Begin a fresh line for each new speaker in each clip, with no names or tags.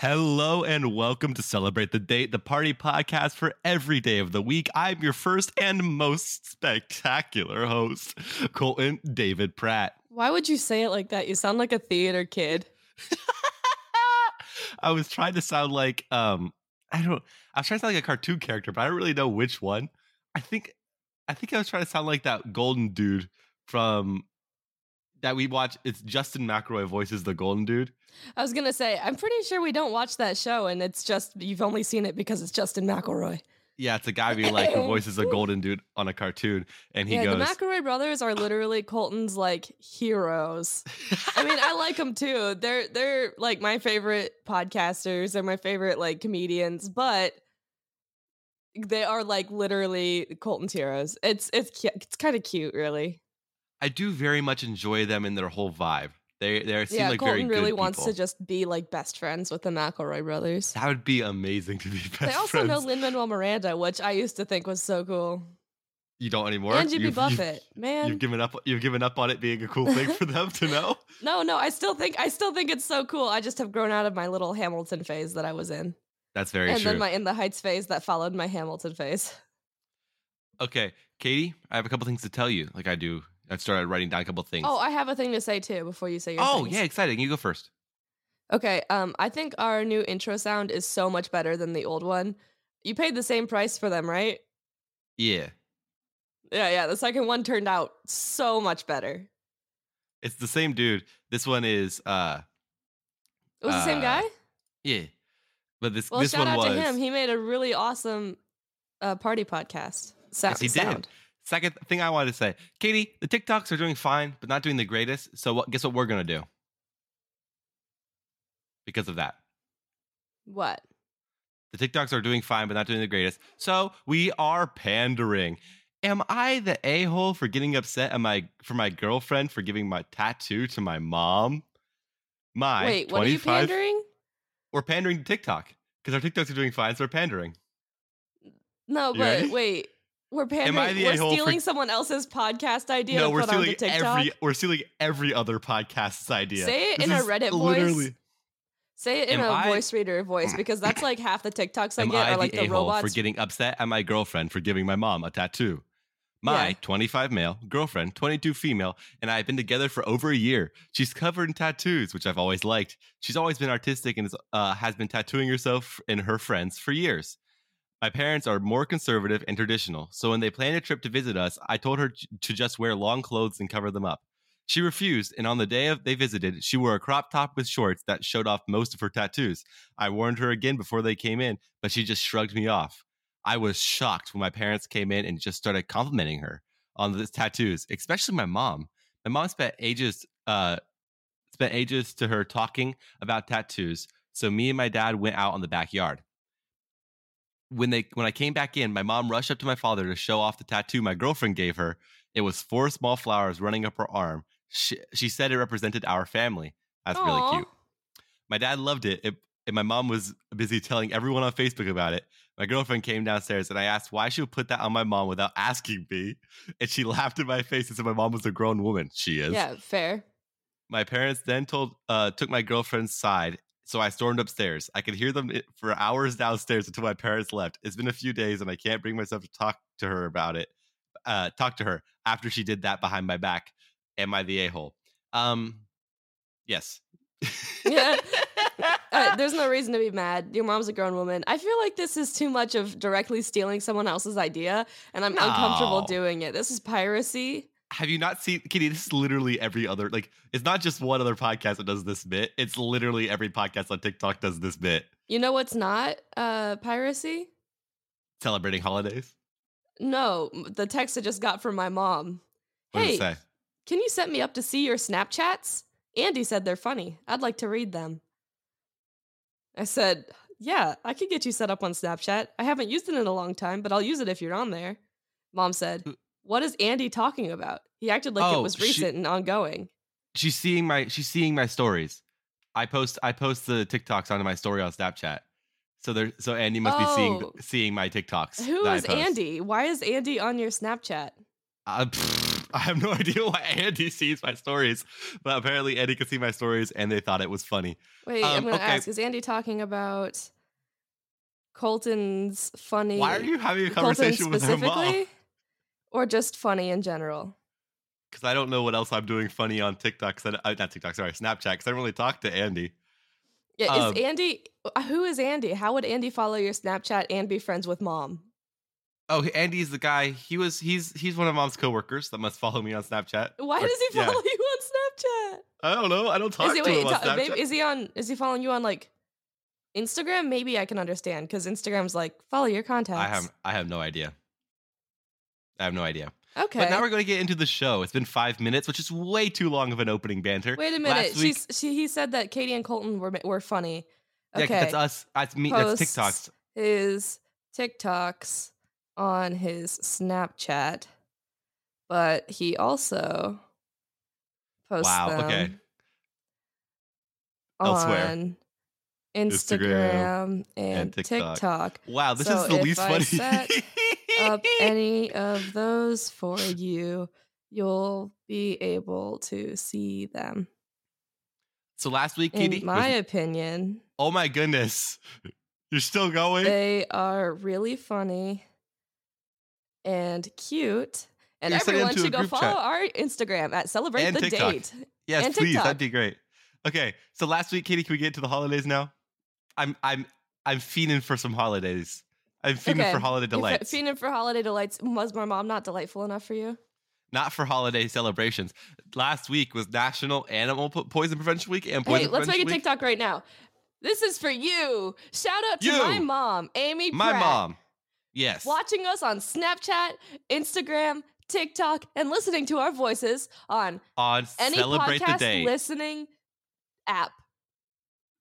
Hello and welcome to Celebrate the Date, the party podcast for every day of the week. I'm your first and most spectacular host, Colton David Pratt.
Why would you say it like that? You sound like a theater kid.
I was trying to sound like um I don't I was trying to sound like a cartoon character, but I don't really know which one. I think I think I was trying to sound like that golden dude from that we watch. It's Justin McElroy voices the golden dude.
I was gonna say, I'm pretty sure we don't watch that show, and it's just you've only seen it because it's Justin McElroy.
Yeah, it's a guy we like who voices a golden dude on a cartoon, and he
yeah,
goes.
the McElroy brothers are literally Colton's like heroes. I mean, I like them too. They're they're like my favorite podcasters. They're my favorite like comedians, but they are like literally Colton's heroes. It's it's cu- it's kind of cute, really.
I do very much enjoy them in their whole vibe. They they seem
yeah,
like
Colton
very
really
good
wants
people.
to just be like best friends with the McElroy brothers.
That would be amazing to be best
They also
friends.
know Lin Manuel Miranda, which I used to think was so cool.
you don't anymore.
And Jimmy
You've- you've-
Buffett,
You've
man.
given up. You've given up on it being a cool thing for them to know.
No, no, I still think I still think it's so cool. I just have grown out of my little Hamilton phase that I was in,
That's very
and
true.
then my In the Heights phase that followed my Hamilton phase.
okay, Katie, I have a couple things to tell you. Like I do, I've started writing down a couple things.
Oh, I have a thing to say too before you say your.
Oh,
things.
yeah, exciting. You go first.
Okay, um, I think our new intro sound is so much better than the old one. You paid the same price for them, right?
Yeah,
Yeah, yeah. The second one turned out so much better.
it's the same dude. This one is uh,
It was the same
Uh,
guy.
yeah, but this
Well,
this
shout
one
out
was
to him. He made a really awesome uh, party podcast. Sound,
Yes, he did.
sound.
Second thing I wanted to say, Katie, the TikToks are doing fine, but not doing the greatest. So what, guess what we're gonna do? Because of that,
What?
the TikToks are doing fine, but not doing the greatest. So we are pandering. Am I the a hole for getting upset? Am I for my girlfriend for giving my tattoo to my mom? My
Wait, what are you
25
pandering?
We're pandering to TikTok because our TikToks are doing fine, so we're pandering.
No,
You
but
ready?
wait. We're pandering.
I the
we're
a-hole for-
stealing someone else's podcast idea
no,
and
we're
put onto
stealing
TikTok.
every we're stealing every other podcast's idea.
Say it
This
in a
is
Reddit
literally-
voice. Say it in
Am
a
I-
voice reader voice because that's like half the TikToks I
Am
get
I
are like
the
the,
a hole for
robots.
getting upset at my girlfriend for giving my mom a tattoo? My
Yeah.
25 male girlfriend, 22 female, and I have been together for over a year. She's covered in tattoos, which I've always liked. She's always been artistic and is, uh, has been tattooing herself and her friends for years. My parents are more conservative and traditional, so when they planned a trip to visit us, I told her j- to just wear long clothes and cover them up. She refused, and on the day of they visited, she wore a crop top with shorts that showed off most of her tattoos. I warned her again before they came in, but she just shrugged me off. I was shocked when my parents came in and just started complimenting her on the tattoos, especially my mom. My mom spent ages uh spent ages to her talking about tattoos. So me and my dad went out on the backyard. When they when I came back in, my mom rushed up to my father to show off the tattoo my girlfriend gave her. It was four small flowers running up her arm. She, she said it represented our family. That's really
Aw.
cute. My dad loved it, it, and my mom was busy telling everyone on Facebook about it. My girlfriend came downstairs, and I asked why she would put that on my mom without asking me, and she laughed in my face and said my mom was a grown woman. She is.
Yeah, fair.
My parents then told uh, took my girlfriend's side, so I stormed upstairs. I could hear them i- for hours downstairs until my parents left. It's been a few days, and I can't bring myself to talk to her about it. Uh, talk to her after she did that behind my back. Am I the a hole? Um, yes.
Yeah. Uh, there's no reason to be mad. Your mom's a grown woman. I feel like this is too much of directly stealing someone else's idea, and I'm uncomfortable
No.
doing it. This is piracy.
Have you not seen Kitty? This is literally every other like it's not just one other podcast that does this bit. It's literally every podcast on TikTok does this bit.
You know what's not uh, piracy?
Celebrating holidays.
No, m- the text I just got from my mom.
What
hey,
does it say?
can you set me up to see your Snapchats? Andy said they're funny. I'd like to read them. I said, Yeah, I could get you set up on Snapchat. I haven't used it in a long time, but I'll use it if you're on there. Mom said,
Who-
What is Andy talking about? He acted like
Oh,
it was
she-
recent and ongoing.
She's seeing my she's seeing my stories. I post I post the TikToks onto my story on Snapchat. So there so Andy must be seeing
Oh.
seeing my TikToks.
Who
that I
is
post.
Andy? Why is Andy on your Snapchat?
Uh, pfft, I have no idea why Andy sees my stories, but apparently Andy could see my stories and they thought it was funny.
Wait, I'm
Um,
going to
okay.
ask is Andy talking about Colton's funny?
Why are you having a
Colton
conversation with her mom?
specifically? Or just funny in general?
Because I don't know what else I'm doing funny on TikTok. 'cause I, uh, not TikTok, sorry, Snapchat. Because I don't really talk to Andy.
Yeah,
Um,
is Andy uh, who is Andy? How would Andy follow your Snapchat and be friends with mom?
Oh, Andy's the guy. He was. He's he's one of mom's coworkers that must follow me on Snapchat.
Why
Or-
does he
yeah.
follow you
I don't know. I don't talk
on Snapchat? Is he,
to
wait,
him on
ta-
Snapchat.
maybe- is he on is he following you on like Instagram? Maybe I can understand because Instagram's like follow your contacts.
I have I have no idea. I have no idea.
Okay.
But now we're going to get into the show. It's been five minutes, which is way too long of an opening banter.
Wait a minute.
Last week-
She's, she he said that Katie and Colton were ma- were funny.
Yeah, 'cause
Okay.
that's us. That's me.
Posts.
That's TikToks.
his TikToks on his Snapchat, but he also posts
Wow,
them
okay. Elsewhere.
on Instagram,
Instagram
and,
and
TikTok.
TikTok. Wow, this
So
is the
if
least
I
funny.
set Up any of those for you, you'll be able to see them.
so last week,
In
Katie. was-
my opinion,
oh my goodness, you're still going.
They are really funny and cute. And
You're sending them
everyone
to a
should go
group
follow
chat.
our Instagram at Celebrate
And
the
TikTok.
Date.
yes,
and
please.
TikTok.
That'd be great. Okay, so last week, Katie, can we get to the holidays now? I'm I'm I'm fiending for some holidays. I'm fiending
Okay,
for holiday
You're fe-
delights.
Fiending for holiday delights. Was my mom not delightful enough for you?
not for holiday celebrations. Last week was National Animal Po- Poison Prevention Week and Poison
Hey, let's make a
Prevention Week.
TikTok right now. This is for you. Shout out to my
You.
mom, Amy
My
Pratt,
mom, yes,
watching us on Snapchat, Instagram, TikTok, and listening to our voices on
on
any
celebrate the
podcast
day.
listening app.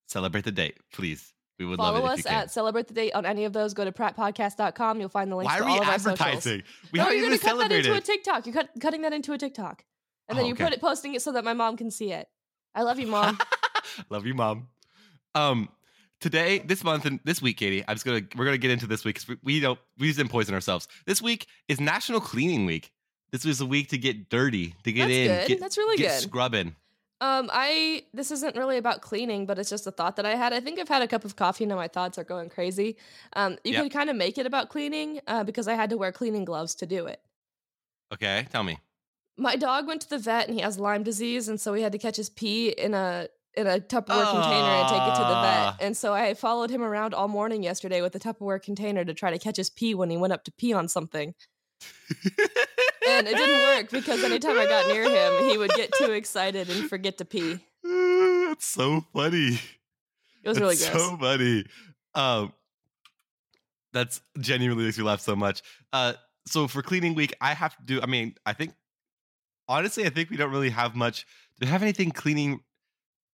celebrate the date, please. We would
Follow
love it
us
if you can.
at Celebrate the Date on any of those. Go to prattpodcast.com. You'll find the links
Why
to
are
all
we
of our socials.
advertising? We
no,
haven't
you're
even
gonna cut that
celebrated.
into a TikTok. You're cut, cutting that into a TikTok. And then
Oh,
you
okay.
put it, posting it so that my mom can see it. I love you, mom.
Love you, mom. Um, today, this month, and this week, Katie, I'm just gonna we're gonna get into this week because we, we don't we just didn't poison ourselves. This week is National Cleaning Week. This was a week to get dirty, to get
That's
in,
good.
get,
That's really
get
good.
scrubbing.
um, I this isn't really about cleaning, but it's just a thought that I had. I think I've had a cup of coffee now. My thoughts are going crazy. Um, you
Yep.
can kind of make it about cleaning uh, because I had to wear cleaning gloves to do it.
Okay, tell me.
My dog went to the vet and he has Lyme disease, and so we had to catch his pee in a in a Tupperware container and take it to the
Ah.
vet. And so I followed him around all morning yesterday with a Tupperware container to try to catch his pee when he went up to pee on something. And it didn't work because anytime I got near him, he would get too excited and forget to pee. It
That's so funny.
was really
That's
gross.
so funny. Um, that's genuinely makes me laugh so much. Uh, so for cleaning week, I have to do. I mean, I think honestly, I think we don't really have much. Do we have anything cleaning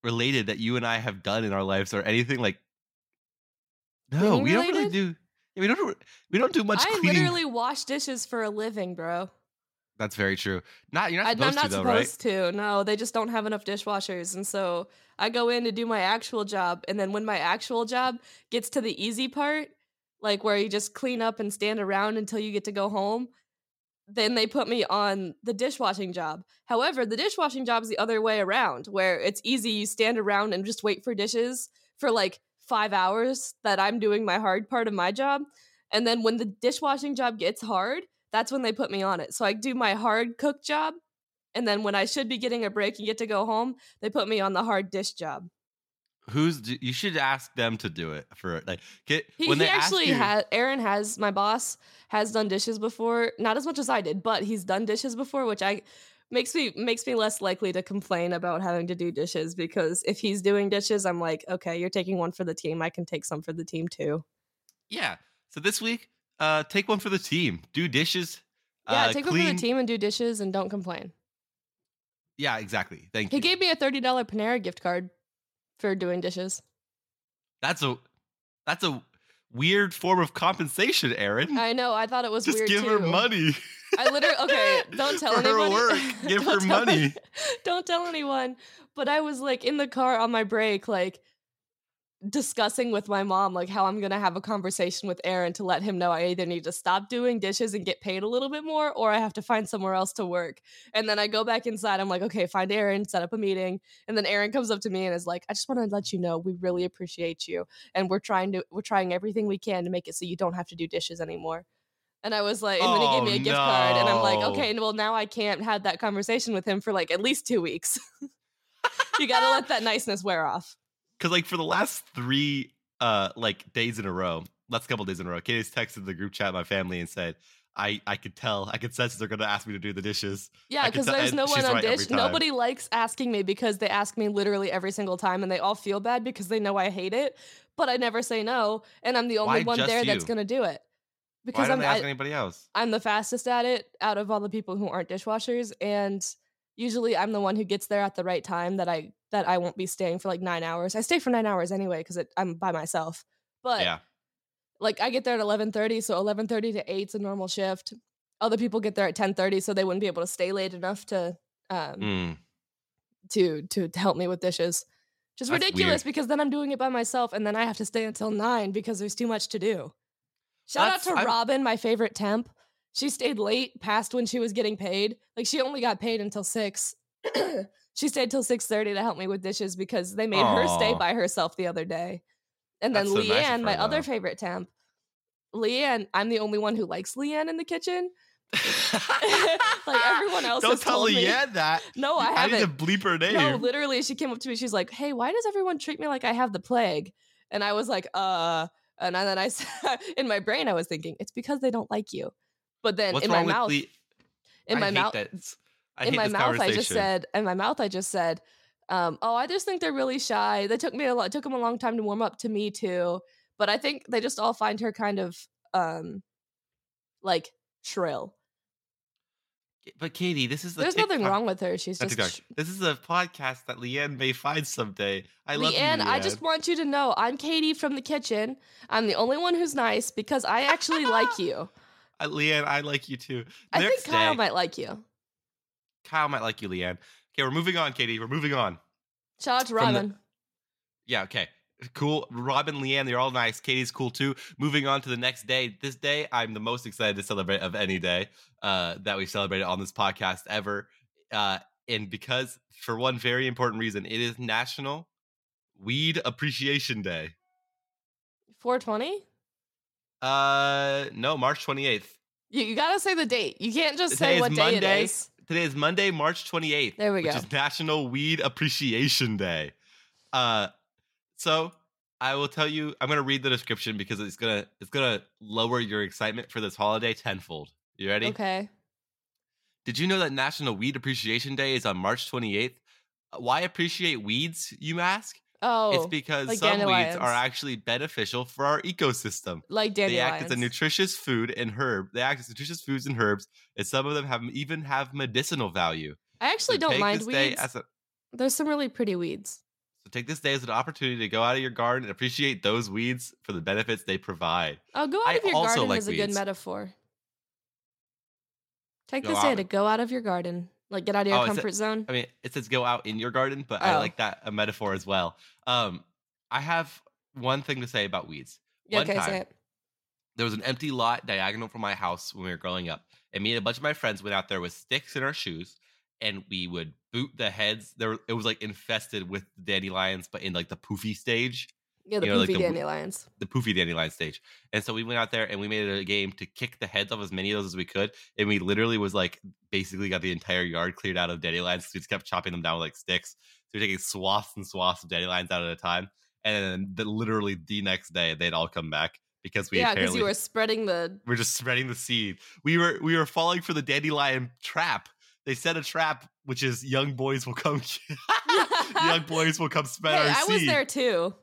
related that you and I have done in our lives, or anything like? No,
Cleaning
we don't really
related?
do. yeah, we don't. We don't do much
I
cleaning.
literally wash dishes for a living, bro.
that's very true. Not you're
I,
not
I'm
supposed
not
to though, right?
supposed to. No, they just don't have enough dishwashers. And so I go in to do my actual job. And then when my actual job gets to the easy part, like where you just clean up and stand around until you get to go home, then they put me on the dishwashing job. However, the dishwashing job is the other way around, where it's easy. You stand around and just wait for dishes for like five hours that I'm doing my hard part of my job. And then when the dishwashing job gets hard, that's when they put me on it. So I do my hard cook job and then when I should be getting a break and get to go home, they put me on the hard dish job.
Who's do- you should ask them to do it for like get
He,
when
he
they ask
actually
you-
has, Aaron has, my boss has done dishes before, not as much as I did, but he's done dishes before, which I makes me makes me less likely to complain about having to do dishes because if he's doing dishes, I'm like, okay, you're taking one for the team, I can take some for the team too.
Yeah. So this week, uh, take one for the team. Do dishes.
Yeah,
uh,
take
clean.
one for the team and do dishes and don't complain.
Yeah, exactly. Thank
He
you.
gave me a thirty dollar Panera gift card for doing dishes.
that's a that's a weird form of compensation, Aaron.
I know, I thought it was
Just
weird
give
too.
her money.
I literally okay. Don't tell
For her
anybody.
work, give
Don't
her
tell any-
money.
don't tell anyone. But I was like in the car on my break, like discussing with my mom like how I'm gonna have a conversation with Aaron to let him know I either need to stop doing dishes and get paid a little bit more, or I have to find somewhere else to work. And then I go back inside. I'm like, okay, find Aaron, set up a meeting. And then Aaron comes up to me and is like, I just want to let you know we really appreciate you, and we're trying to we're trying everything we can to make it so you don't have to do dishes anymore. And I was like, and then he gave
Oh,
me a gift card, and I'm like,
no.
okay, well now I can't have that conversation with him for like at least two weeks. you gotta let that niceness wear off.
Because like for the last three uh like days in a row, last couple days in a row, Katie's texted the group chat my family and said, I I could tell, I could sense they're gonna ask me to do the dishes.
Yeah,
I could
because
tell-
there's
and
no
she's
one on
right every
dish.
time.
Nobody likes asking me because they ask me literally every single time and they all feel bad because they know I hate it, but I never say no. And I'm the only
Why
one
just
there that's
you?
going to do it.
Why
Because
don't
I'm,
they ask
I,
anybody else?
I'm the fastest at it out of all the people who aren't dishwashers. And usually I'm the one who gets there at the right time that I that I won't be staying for like nine hours. I stay for nine hours anyway because I'm by myself. But
yeah.
like I get there at eleven thirty, so eleven thirty to eight's a normal shift. Other people get there at ten thirty, so they wouldn't be able to stay late enough to um
Mm.
to to to help me with dishes. Just
That's
ridiculous
weird.
because then I'm doing it by myself and then I have to stay until nine because there's too much to do. Shout
That's-
out to
I'm-
Robin, my favorite temp. She stayed late past when she was getting paid. Like she only got paid until six. she stayed till six thirty to help me with dishes because they made her stay
Aw.
by herself the other day. And then
That's so nice of
Leanne,
her,
my other
though.
favorite temp. Leanne, I'm the only one who likes Leanne in the kitchen. like everyone else
Don't
has
tell
told me.
Leanne that.
No, I haven't.
need to bleep her name.
No, literally, she came up to me. She's like, "Hey, why does everyone treat me like I have the plague?" And I was like, "Uh," and then I, s- in my brain, I was thinking it's because they don't like you. But then in my mouth,
Le-
in
I
my
hate
mouth,
that. I
in
hate
my
this
mouth, I just
conversation.
said, in my mouth, I just said, um, "Oh, I just think they're really shy. They took me a lot, took them a long time to warm up to me too." But I think they just all find her kind of, um, like shrill.
But Katie, this is the
There's
TikTok-
nothing wrong with her. She's
not
just
TikTok.
sh-
This is a podcast that Leanne may find someday. I love you,
Leanne, I just want you to know I'm Katie from the kitchen. I'm the only one who's nice because I actually like you.
I, Leanne, I like you too.
I
Next
think Kyle
day-
might like you.
Kyle might like you, Leanne. Okay, we're moving on, Katie. We're moving on.
Shout out to
From the-
Robin.
Yeah, okay. Cool. Robin, Leanne, they're all nice. Katie's cool too. Moving on to the next day. This day, I'm the most excited to celebrate of any day uh, that we've celebrated on this podcast ever. Uh, and because, for one very important reason, it is National Weed Appreciation Day.
420?
Uh, no, March 28th.
You, you gotta say the date. You can't just
Today
say
is
what day
Monday.
it is.
Today is Monday, March 28th.
There we
which
go.
is National Weed Appreciation Day. Uh, so I will tell you, I'm gonna read the description because it's gonna it's gonna lower your excitement for this holiday tenfold. You ready?
Okay.
Did you know that National Weed Appreciation Day is on March 28th? Why appreciate weeds, you ask? it's
Oh,
because
like
some weeds
dandelions.
are actually beneficial for our ecosystem.
like
They
dandelions.
act as a nutritious food and herb. They act as nutritious foods and herbs, and some of them have even have medicinal value.
I actually
So
don't
take
mind
this day
weeds.
as a-
There's some really pretty weeds.
so take this day as an opportunity to go out of your garden and appreciate those weeds for the benefits they provide.
Oh, go out
I
of your
also
garden
like
is a good
weeds.
metaphor. Take
Go
this
out-
day to go out of your garden. Like get out of your
Oh, is it-
comfort zone.
I mean, it says go out in your garden, but I
Oh.
like that a metaphor as well. Um, I have one thing to say about weeds.
Yeah,
one
okay,
time-
say it.
There was an empty lot diagonal from my house when we were growing up, and me and a bunch of my friends went out there with sticks in our shoes, and we would boot the heads. There, were- it was like infested with dandelions, but in like the poofy stage.
Yeah, the
you know, like
poofy
the w-
dandelions.
the poofy dandelion stage. And so we went out there and we made it a game to kick the heads off as many of those as we could. And we literally was like basically got the entire yard cleared out of dandelions. We just kept chopping them down with like sticks. So we are taking swaths and swaths of dandelions out at a time. And then the, literally the next day they'd all come back because we
yeah, because
apparently
you were spreading the.
were just spreading the seed. We were we were falling for the dandelion trap. They set a trap, which is young boys will come young boys will come spread
Hey,
our
I
seed.
was there too.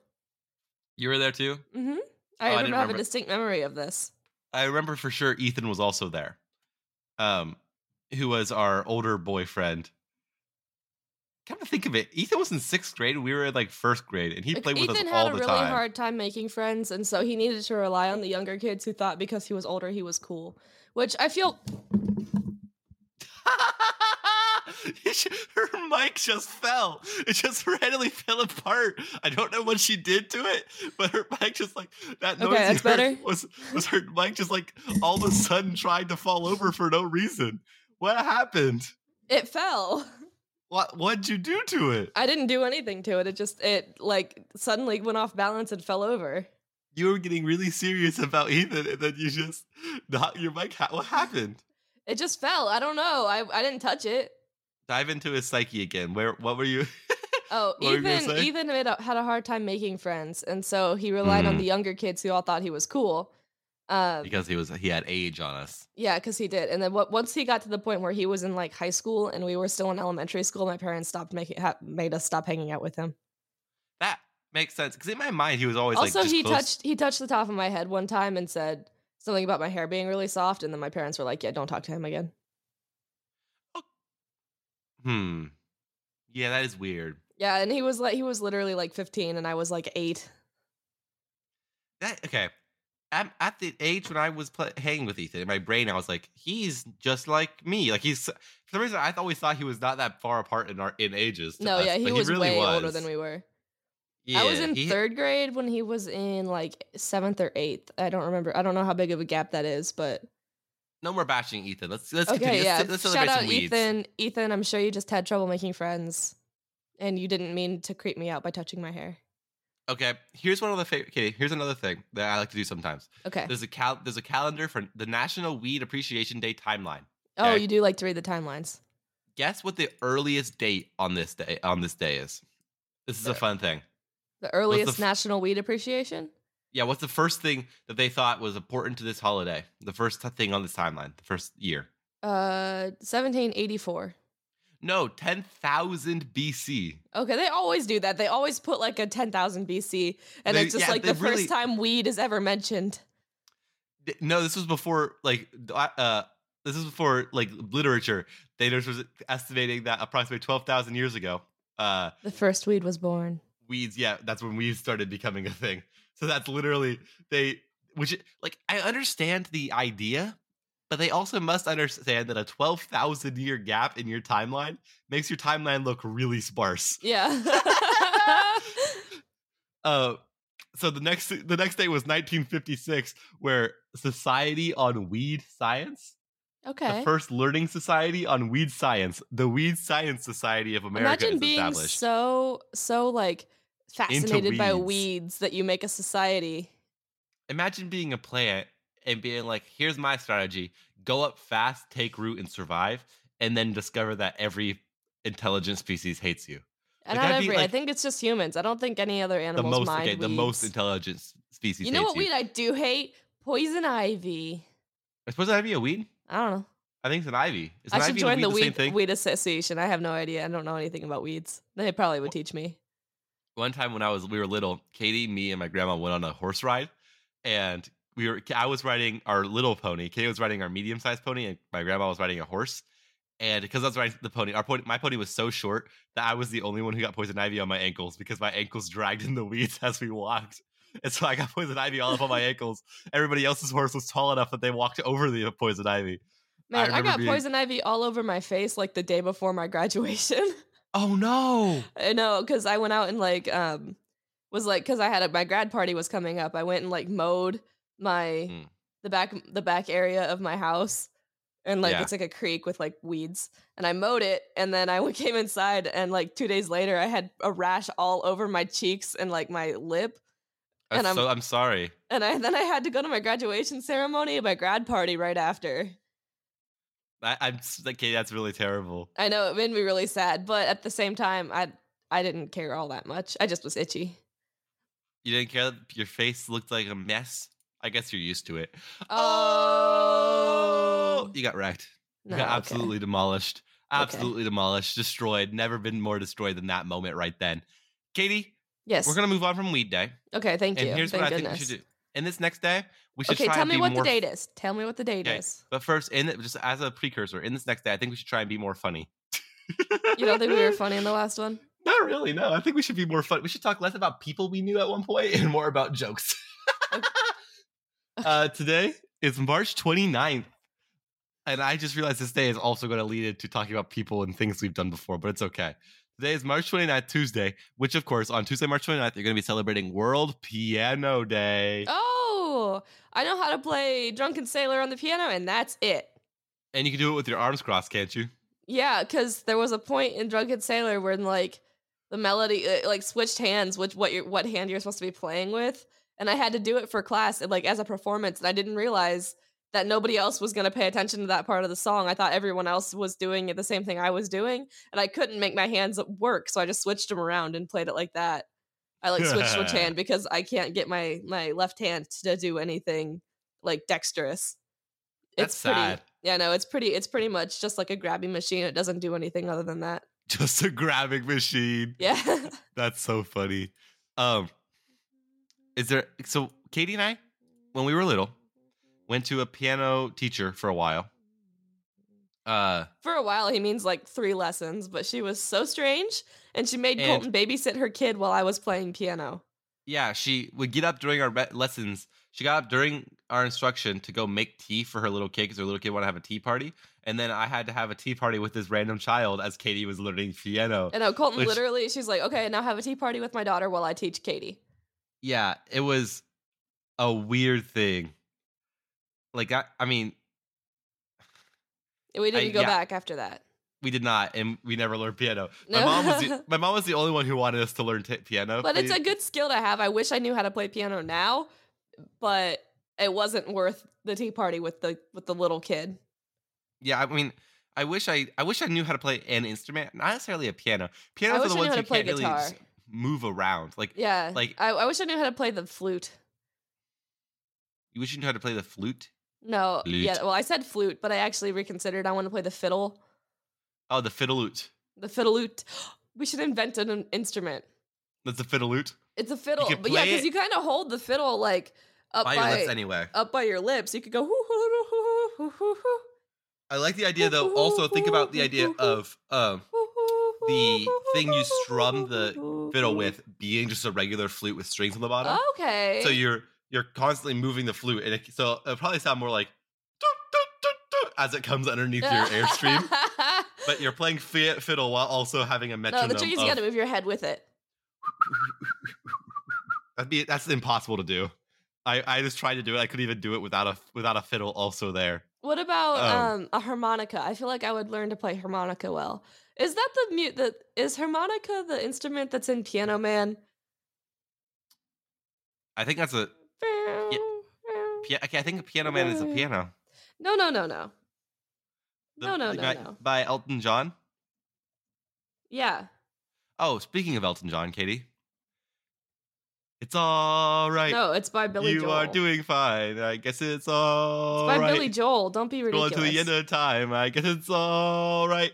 You were there too?
hmm
Oh, I
I,
didn't
remember, have a
remember.
distinct memory of this.
I remember for sure Ethan was also there. Um, who was our older boyfriend. Come to think of it, Ethan was in sixth grade. We were in like first grade, and he
Like,
played with
Ethan
us
had
all
a
the
really
time.
hard time making friends, and so he needed to rely on the younger kids who thought because he was older he was cool. Which I feel
Her mic just fell. It just randomly fell apart. I don't know what she did to it, but her mic just like that
Okay,
noise you
that's
heard
better.
was was her mic just like all of a sudden tried to fall over for no reason. What happened?
It fell.
What what'd you do to it?
I didn't do anything to it. It just it like suddenly went off balance and fell over.
You were getting really serious about Ethan, and then you just not your mic. Ha- what happened?
It just fell. I don't know. I, I didn't touch it.
Dive into his psyche again. Where what were you?
Oh,
What were you gonna
Ethan
say?
Ethan had a, had a hard time making friends, and so he relied on
Mm.
the younger kids who all thought he was cool. Um,
because he was he had age on us.
yeah, because he did. And then what, once he got to the point where he was in like high school and we were still in elementary school, my parents stopped making ha- made us stop hanging out with him.
That makes sense because in my mind he was always
also,
like just
he
close-
touched he touched the top of my head one time and said something about my hair being really soft, and then my parents were like, "Yeah, don't talk to him again."
Hmm. Yeah, that is weird.
Yeah, and he was like he was literally like 15, and I was like eight.
That okay. I'm at the age when I was pla hanging with Ethan. In my brain, I was like, he's just like me. Like he's for some reason I always thought he was not that far apart in our in ages. to
No,
us,
yeah, he
but
was
really
way
was.
older than we were.
Yeah,
I was in
he-
third grade when he was in like seventh or eighth. I don't remember. I don't know how big of a gap that is, but
No more bashing Ethan. Let's let's
okay,
continue.
yeah.
Let's, let's
Shout
celebrate
out
some weeds.
Ethan. Ethan, I'm sure you just had trouble making friends, and you didn't mean to creep me out by touching my hair.
Okay, here's one of the favorite. Okay, here's another thing that I like to do sometimes.
Okay.
There's a cal- there's a calendar for the National Weed Appreciation Day timeline.
Oh,
okay.
you do like to read the timelines.
Guess what the earliest date on this day on this day is? This is a
The-
fun thing.
The earliest
f-
National Weed Appreciation.
Yeah, what's the first thing that they thought was important to this holiday? The first t- thing on this timeline, the first year.
Uh, 1784.
No, 10,000 BC.
Okay, they always do that. They always put like a 10,000 BC, and
They-
it's just
yeah,
like
they
the
really-
first time weed is ever mentioned.
Th- No, this was before like d- uh this is before like literature. They just was estimating that approximately 12,000 years ago, uh
The first weed was born.
weeds, yeah, that's when weeds started becoming a thing. So that's literally they which like I understand the idea, but they also must understand that a 12,000 year gap in your timeline makes your timeline look really sparse.
Yeah.
Uh, so the next the next day was 1956, where Society on Weed Science,
okay.
the first learning society on weed science, the Weed Science Society of America,
Imagine
is
being
established.
so so like fascinated by
weeds.
weeds that you make a society.
Imagine being a plant and being like, "Here's my strategy: go up fast, take root, and survive," and then discover that every intelligent species hates you.
And
Like,
not
that'd be,
every, I
like,
think it's just humans. I don't think any other
The
animals
most,
mind
okay, the most
weeds.
intelligent s- species.
You know
hates
what weed I do hate? Poison ivy.
I suppose that'd be a weed.
I don't know.
I think it's an ivy. Is an
I
ivy
should
and a
join the
weed, the same
weed
thing?
weed association. I have no idea. I don't know anything about weeds. They probably would teach me.
one time when I was we were little, Katie, me, and my grandma went on a horse ride, and we were I was riding our little pony, Katie was riding our medium sized pony, and my grandma was riding a horse. And because I was riding the pony, our pony, my pony was so short that I was the only one who got poison ivy on my ankles because my ankles dragged in the weeds as we walked. And so I got poison ivy all up on my ankles. Everybody else's horse was tall enough that they walked over the poison ivy. I
Man, I,
remember
got
being-
poison ivy all over my face like the day before my graduation.
Oh no!
I know because Uh, I went out and like um was like because I had a, my grad party was coming up. I went and like mowed my
Mm.
the back the back area of my house, and like
Yeah.
it's like a creek with like weeds, and I mowed it, and then I went- came inside, and like two days later, I had a rash all over my cheeks and like my lip. And
I'm,
I'm-
so I'm sorry.
And I then I had to go to my graduation ceremony and my grad party right after.
I, I'm s- like, Katie, that's really terrible.
I know it made me really sad, but at the same time, I I didn't care all that much. I just was itchy.
You didn't care that your face looked like a mess. I guess you're used to it.
Oh,
You got wrecked.
No,
you got
okay.
absolutely demolished.
Okay.
Absolutely demolished. Destroyed. Never been more destroyed than that moment right then. Katie,
Yes.
we're gonna move on from Weed Day,
okay. Thank you.
and here's
Thank
what I think
goodness.
we should do. And this next day, we should
okay,
try
tell
and
me
be
what the
more.
date is. Tell me what the date
Okay.
is.
But first, in it, just as a precursor, in this next day, I think we should try and be more funny.
You don't think we were funny in the last one?
Not really. No, I think we should be more fun. We should talk less about people we knew at one point and more about jokes. uh, today is March 29th. And I just realized this day is also going to lead into talking about people and things we've done before, but it's okay. Today is March 29th, Tuesday, which, of course, on Tuesday, March 29th, you're going to be celebrating World Piano Day.
Oh, I know how to play Drunken Sailor on the piano, and that's it.
And you can do it with your arms crossed, can't you?
Yeah, because there was a point in Drunken Sailor where like the melody it, like switched hands, which what you what hand you're supposed to be playing with, and I had to do it for class and like as a performance, and I didn't realize that nobody else was going to pay attention to that part of the song. I thought everyone else was doing it the same thing I was doing, and I couldn't make my hands work, so I just switched them around and played it like that. I like switched which hand because I can't get my my left hand to do anything like dexterous.
That's
pretty
sad.
Yeah, no, it's pretty it's pretty much just like a grabbing machine. It doesn't do anything other than that.
Just a grabbing machine.
Yeah.
That's so funny. Um, is there so Katie and I, when we were little, went to a piano teacher for a while. Uh,
For a while he means like 3 lessons, but she was so strange and she made
And-
Colton babysit her kid while I was playing piano.
yeah, she would get up during our re- lessons. She got up during our instruction to go make tea for her little kid because her little kid wanted to have a tea party, and then I had to have a tea party with this random child as Katie was learning piano.
And no, Colton
Which-
literally she's like, "Okay, now have a tea party with my daughter while I teach Katie."
yeah, it was a weird thing. Like I, I mean,
And we didn't go
yeah.
back after that.
we did not, and we never learned piano. My
No.
mom was the, my mom was the only one who wanted us to learn t- piano.
But it's a good skill to have. I wish I knew how to play piano now, but it wasn't worth the tea party with the with the little kid.
yeah. I mean, I wish I I wish I knew how to play an instrument, not necessarily a piano. Pianos
I
are
wish
the
I knew
ones
how
you
to play
can't really
guitar.
just move around. Like
yeah.
like-
I, I wish I knew how to play the flute.
you wish you knew how to play the flute.
No. Yeah.
Flute.
Well, I said flute, but I actually reconsidered. I want to play the fiddle.
Oh, the fiddlute.
The fiddlute. We should invent an in- instrument.
That's the fiddlute.
It's a fiddle,
could
but yeah,
play
because
it-
you kind of hold the fiddle Uh, like up
By
by,
your lips, anyway.
up by your lips. You could go. Hoo, hoo, hoo, hoo, hoo, hoo,
I like the idea, though. Also, think about the idea of um,
hoo, hoo, hoo,
The
hoo,
thing you
hoo,
strum
hoo,
the
hoo,
fiddle
hoo.
with being just a regular flute with strings on the bottom.
Okay.
So you're you're constantly moving the flute, and it, so it'll probably sound more like "Doot, doot, doot, doot," as it comes underneath your airstream. But you're playing fi- fiddle while also having a
no,
metronome.
the trick is you
of-
got to move your head with it.
that'd be that's impossible to do. I, I just tried to do it. I couldn't even do it without a without a fiddle also there.
What about
Um,
um, a harmonica? I feel like I would learn to play harmonica well. Is that the mute? The is harmonica the instrument that's in Piano Man?
I think that's a pia- okay, I think a piano man is a piano.
No, no, no, no.
The-
No, no,
the
no,
guy-
no.
By Elton John.
Yeah.
Oh, speaking of Elton John, Katie. It's all right.
no, it's by Billy
you
Joel.
are doing fine. I guess it's
it's
all
by
right.
Billy Joel. Don't be
Scroll
ridiculous.
to the end of time. I guess it's all right.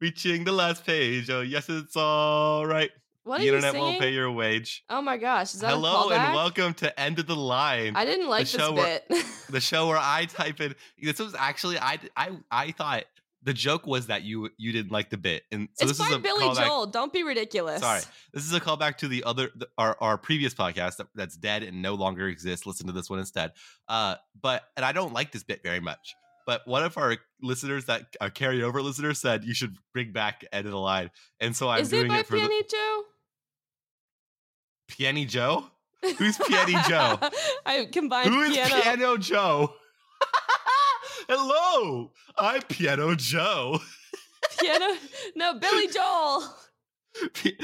Reaching the last page. Oh, yes, it's all right.
what are
the
you
internet
singing?
won't pay your wage.
oh my gosh! Is that
Hello
a callback?
and welcome to End of the Line,
I didn't like this
show where-
bit.
the show where I type in. This was actually I I I thought the joke was that you you didn't like the bit, and so
it's
this is
by
a
Billy
callback.
Joel. Don't be ridiculous.
Sorry, this is a callback to the other the, our our previous podcast that, that's dead and no longer exists. Listen to this one instead. Uh, but and I don't like this bit very much. But one of our listeners that our carryover listener said you should bring back end of the line, and so I'm
is it
doing
by
it for the
Pianito?
Piani Joe. Who's Piano Joe?
I combined
Who is
piano.
Piano Joe? Hello, I'm Piano Joe.
piano. No, Billy Joel.
P-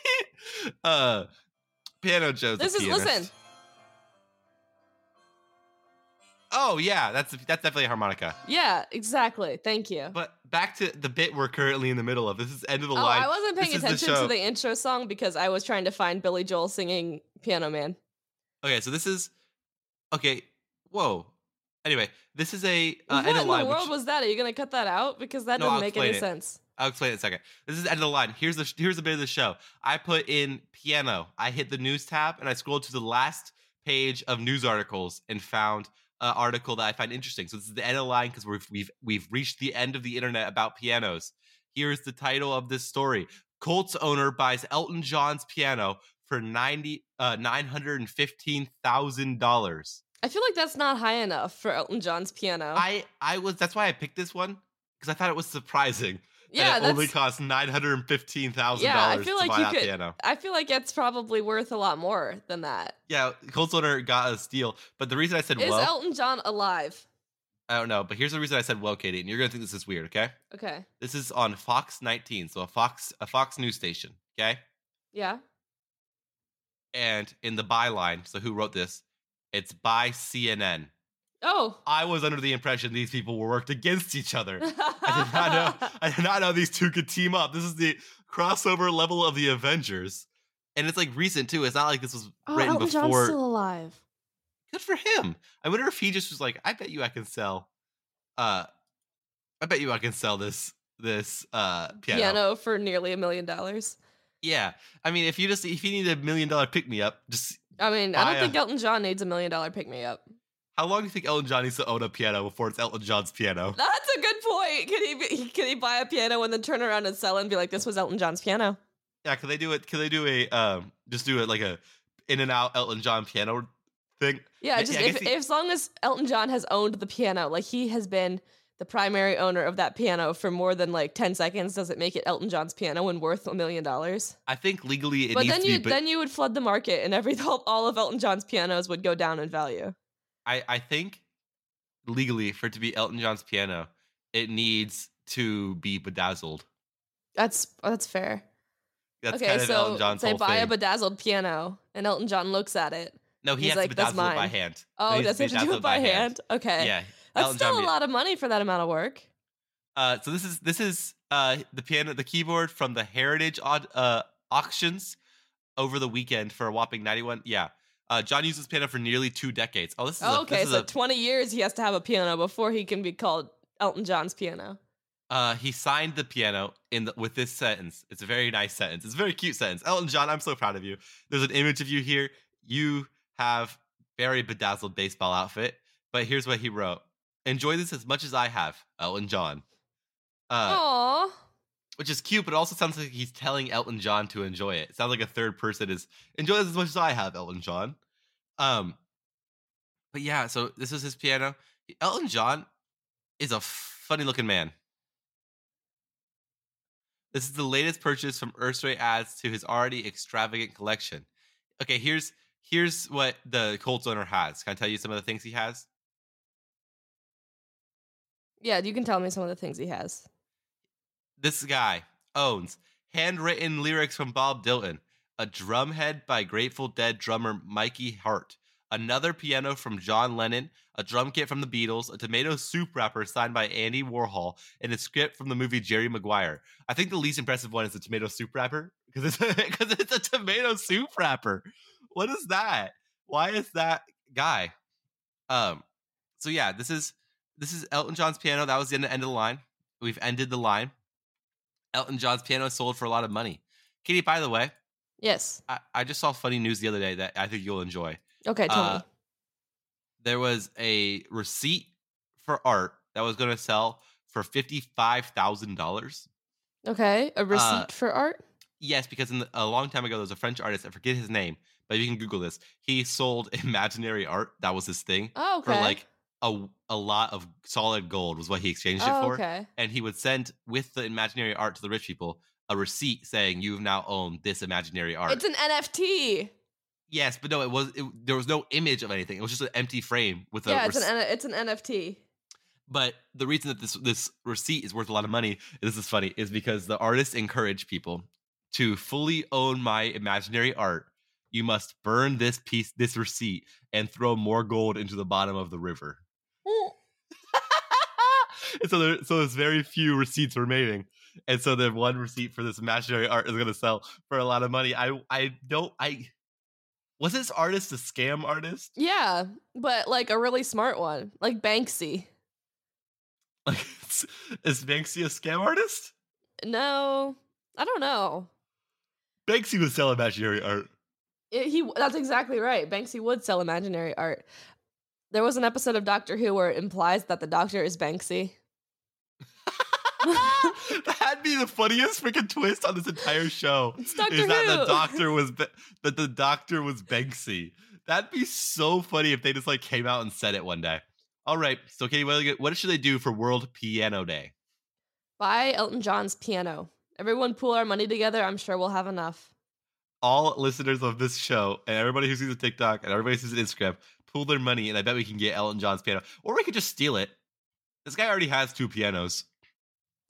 uh, Piano Joe's. a
This is
pianist.
listen.
Oh yeah, that's that's definitely a harmonica.
Yeah, exactly. Thank you.
But back to the bit we're currently in the middle of. This is end of the
Oh,
line.
I wasn't paying
This is the
attention
show.
to the intro song because I was trying to find Billy Joel singing Piano Man.
okay, so this is okay. Whoa. Anyway, this is a uh,
what
end
in
of
the
line.
world
which-
was that? Are you gonna cut that out? Because that
No,
doesn't
I'll
make any
explain it.
sense.
I'll explain it in a second. This is end of the line. Here's the sh- here's a bit of the show. I put in piano. I hit the news tab and I scrolled to the last page of news articles and found an article that I find interesting. So this is the end of the line because we've we've we've reached the end of the internet about pianos. Here's the title of this story: Colts owner buys Elton John's piano for ninety uh, nine hundred and fifteen thousand dollars.
I feel like that's not high enough for Elton John's piano.
I I was that's why I picked this one because I thought it was surprising.
yeah,
that it only
that's-
cost nine hundred and fifteen thousand
Yeah, I
dollars
feel
to
like
buy
you
that
could-
piano.
I feel like it's probably worth a lot more than that.
Yeah, Cold Soldier got a steal. But the reason I said
Is
well,
Elton John alive?
I don't know. But here's the reason I said well, Katie, and you're gonna think this is weird, okay?
Okay.
This is on Fox 19, so a Fox a Fox news station, okay?
Yeah.
And in the byline, so who wrote this? It's by CNN.
Oh.
I was under the impression these people were worked against each other. I did not know. I did not know these two could team up. This is the crossover level of the Avengers, and it's like recent too. It's not like this was
Oh,
written
Elton John's
before.
still alive.
Good for him. I wonder if he just was like, "I bet you I can sell." Uh, I bet you I can sell this this uh piano.
Piano for nearly a million dollars.
Yeah, I mean, if you just if you need a million dollar pick me up, just
I mean,
Buy
I don't
a-
think Elton John needs a million dollar pick me up.
how long do you think Elton John needs to own a piano before it's Elton John's piano?
That's a good point. Could he be, could he buy a piano and then turn around and sell it and be like, "This was Elton John's piano"?
Yeah, can they do it? Can they do a um just do it like a in and out Elton John piano thing?
Yeah,
Yeah,
just
I
if,
guess he-
if- as long as Elton John has owned the piano, like he has been the primary owner of that piano for more than like ten seconds, does it make it Elton John's piano and worth a million dollars?
I think legally it
But
needs
then
to be.
you
but-
then you would flood the market, and every all of Elton John's pianos would go down in value.
I, I think legally for it to be Elton John's piano, it needs to be bedazzled.
That's that's fair.
That's
okay,
kind of
so
Elton John's
they
whole
buy a
thing.
bedazzled piano, and Elton John looks at it.
no, he
he's
has
like,
to
"That's
bedazzle it by
mine."
hand.
Oh,
he's
does he have to do
bedazzled
it by hand? Okay,
Yeah.
that's
Elton
still
John
a
be-
lot of money for that amount of work.
Uh, so this is this is uh, the piano, the keyboard from the Heritage au- uh, auctions over the weekend for a whopping ninety-one. Yeah, uh, John used this piano for nearly two decades. Oh, this is
Oh,
a,
okay,
this is
so
a-
20 years he has to have a piano before he can be called Elton John's piano.
Uh, he signed the piano in the, with this sentence. It's a very nice sentence. It's a very cute sentence. Elton John, I'm so proud of you. There's an image of you here. You have very bedazzled baseball outfit. But here's what he wrote: Enjoy this as much as I have, Elton John. Uh,
Aww.
which is cute, but it also sounds like he's telling Elton John to enjoy it. it. Sounds like a third person is enjoy this as much as I have, Elton John. Um, but yeah, so this is his piano. Elton John is a funny looking man. This is the latest purchase from Ursaray adds to his already extravagant collection. Okay, here's here's what the Colts owner has. Can I tell you some of the things he has?
Yeah, you can tell me some of the things he has.
this guy owns handwritten lyrics from Bob Dylan, a drumhead by Grateful Dead drummer Mikey Hart, another piano from John Lennon, a drum kit from the Beatles, a tomato soup wrapper signed by Andy Warhol, and a script from the movie Jerry Maguire. I think the least impressive one is the tomato soup wrapper because it's, 'cause it's a tomato soup wrapper. What is that? Why is that guy? Um, so yeah, this is this is Elton John's piano. That was the end end of the line. We've ended the line. Elton John's piano sold for a lot of money. Katie, by the way,
Yes.
I, I just saw funny news the other day that I think you'll enjoy.
Okay, tell
Uh,
me.
There was a receipt for art that was going to sell for $55,000.
Okay, a receipt
uh,
for art?
Yes, because in the, a long time ago, there was a French artist. I forget his name, but you can Google this. He sold imaginary art. That was his thing.
Oh, okay.
For like a, a lot of solid gold was what he exchanged it
oh,
for.
okay.
and he would send with the imaginary art to the rich people a receipt saying you've now owned this imaginary art.
It's an NFT.
yes, but no, it was it, there was no image of anything. It was just an empty frame with a.
yeah, it's an
rec-
N- it's an NFT.
but the reason that this this receipt is worth a lot of money, and this is funny, is because the artist encouraged people to fully own my imaginary art. You must burn this piece, this receipt, and throw more gold into the bottom of the river. And so there, so there's very few receipts remaining, and so the one receipt for this imaginary art is going to sell for a lot of money. I I don't I was this artist a scam artist?
Yeah, but like a really smart one, like Banksy.
Like is, is Banksy a scam artist?
No, I don't know.
Banksy would sell imaginary art.
It- Eh, he that's exactly right. Banksy would sell imaginary art. There was an episode of Doctor Who where it implies that the doctor is Banksy.
That'd be the funniest freaking twist on this entire show.
It's Doctor
is that
Who.
the doctor was Ba- that the doctor was Banksy? That'd be so funny if they just like came out and said it one day. All right, so Katie, what, what should they do for World Piano Day?
Buy Elton John's piano. Everyone pool our money together. I'm sure we'll have enough.
All listeners of this show and everybody who sees the TikTok and everybody who sees the Instagram pool their money, and I bet we can get Elton John's piano, or we could just steal it. This guy already has two pianos.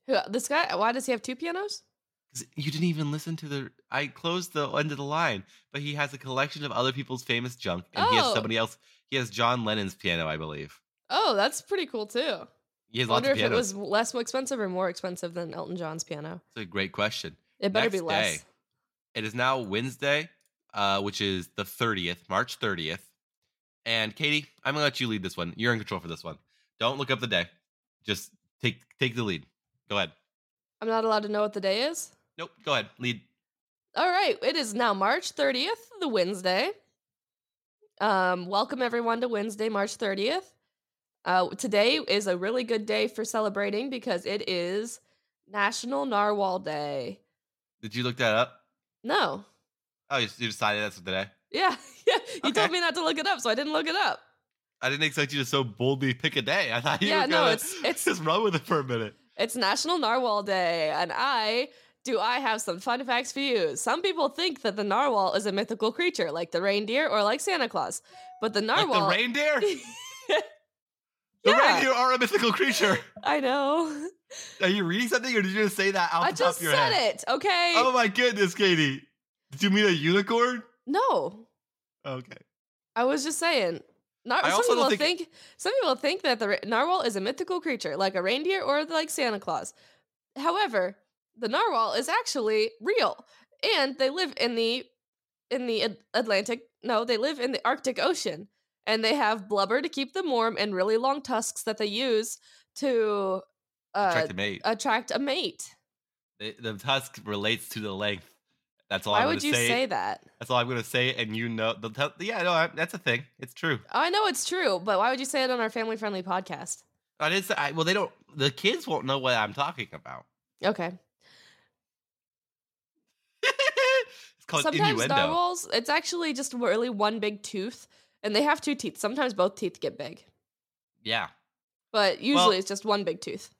Who this guy? Why does he have two pianos?
'Cause You didn't even listen to the. I closed the end of the line, but he has a collection of other people's famous junk, and he has
Oh.
somebody else. He has John Lennon's piano, I believe.
Oh, that's pretty cool too.
He has lots
I wonder
of
if it
pianos.
was less expensive or more expensive than Elton John's piano.
It's a great question.
It better be
Next
less.
day. It is now Wednesday, uh, which is the 30th, March 30th. And Katie, I'm gonna let you lead this one. You're in control for this one. Don't look up the day. Just take take the lead. Go ahead.
I'm not allowed to know what the day is.
Nope. Go ahead. Lead.
All right, it is now March 30th, the Wednesday. Um, welcome everyone to Wednesday, March 30th. Uh, today is a really good day for celebrating because it is National Narwhal Day.
Did you look that up?
No,
Oh, you, you decided that's the day.
yeah, yeah, you
Okay.
told me not to look it up, so I didn't look it up.
I didn't expect you to so boldly pick a day. I thought you
Yeah,
were
no,
gonna
it's- it's-
just run with it for a minute.
It's National Narwhal Day, and I do I have some fun facts for you. Some people think that the narwhal is a mythical creature like the reindeer or like Santa Claus, but the narwhal
Like the reindeer. the
Yeah.
reindeer are a mythical creature.
I know.
Are you reading something, or did you just say that out
I
the top
just
of your
said
head?
it. Okay.
Oh my goodness, Katie. Did you mean a unicorn?
No,
Okay.
I was just saying. Nar-
I
some
also
people
don't
think-, some people think that the ra- narwhal is a mythical creature, like a reindeer or like Santa Claus. However, the narwhal is actually real, and they live in the in the Ad- Atlantic. No, they live in the Arctic Ocean, and they have blubber to keep them warm and really long tusks that they use to uh,
Attractive mate.
attract a mate.
the, the tusk relates to the length. That's all
Why
I'm
would
gonna
you
say.
say that?
That's all I'm gonna say, and you know the tu- yeah, no, I, that's a thing. It's true.
I know it's true, but why would you say it on our family friendly podcast?
I didn't say. I, well, they don't. The kids won't know what I'm talking about.
Okay.
it's called
Sometimes
innuendo.
narwhals, it's actually just really one big tooth, and they have two teeth. Sometimes both teeth get big,
yeah,
but usually
Well-
it's just one big tooth.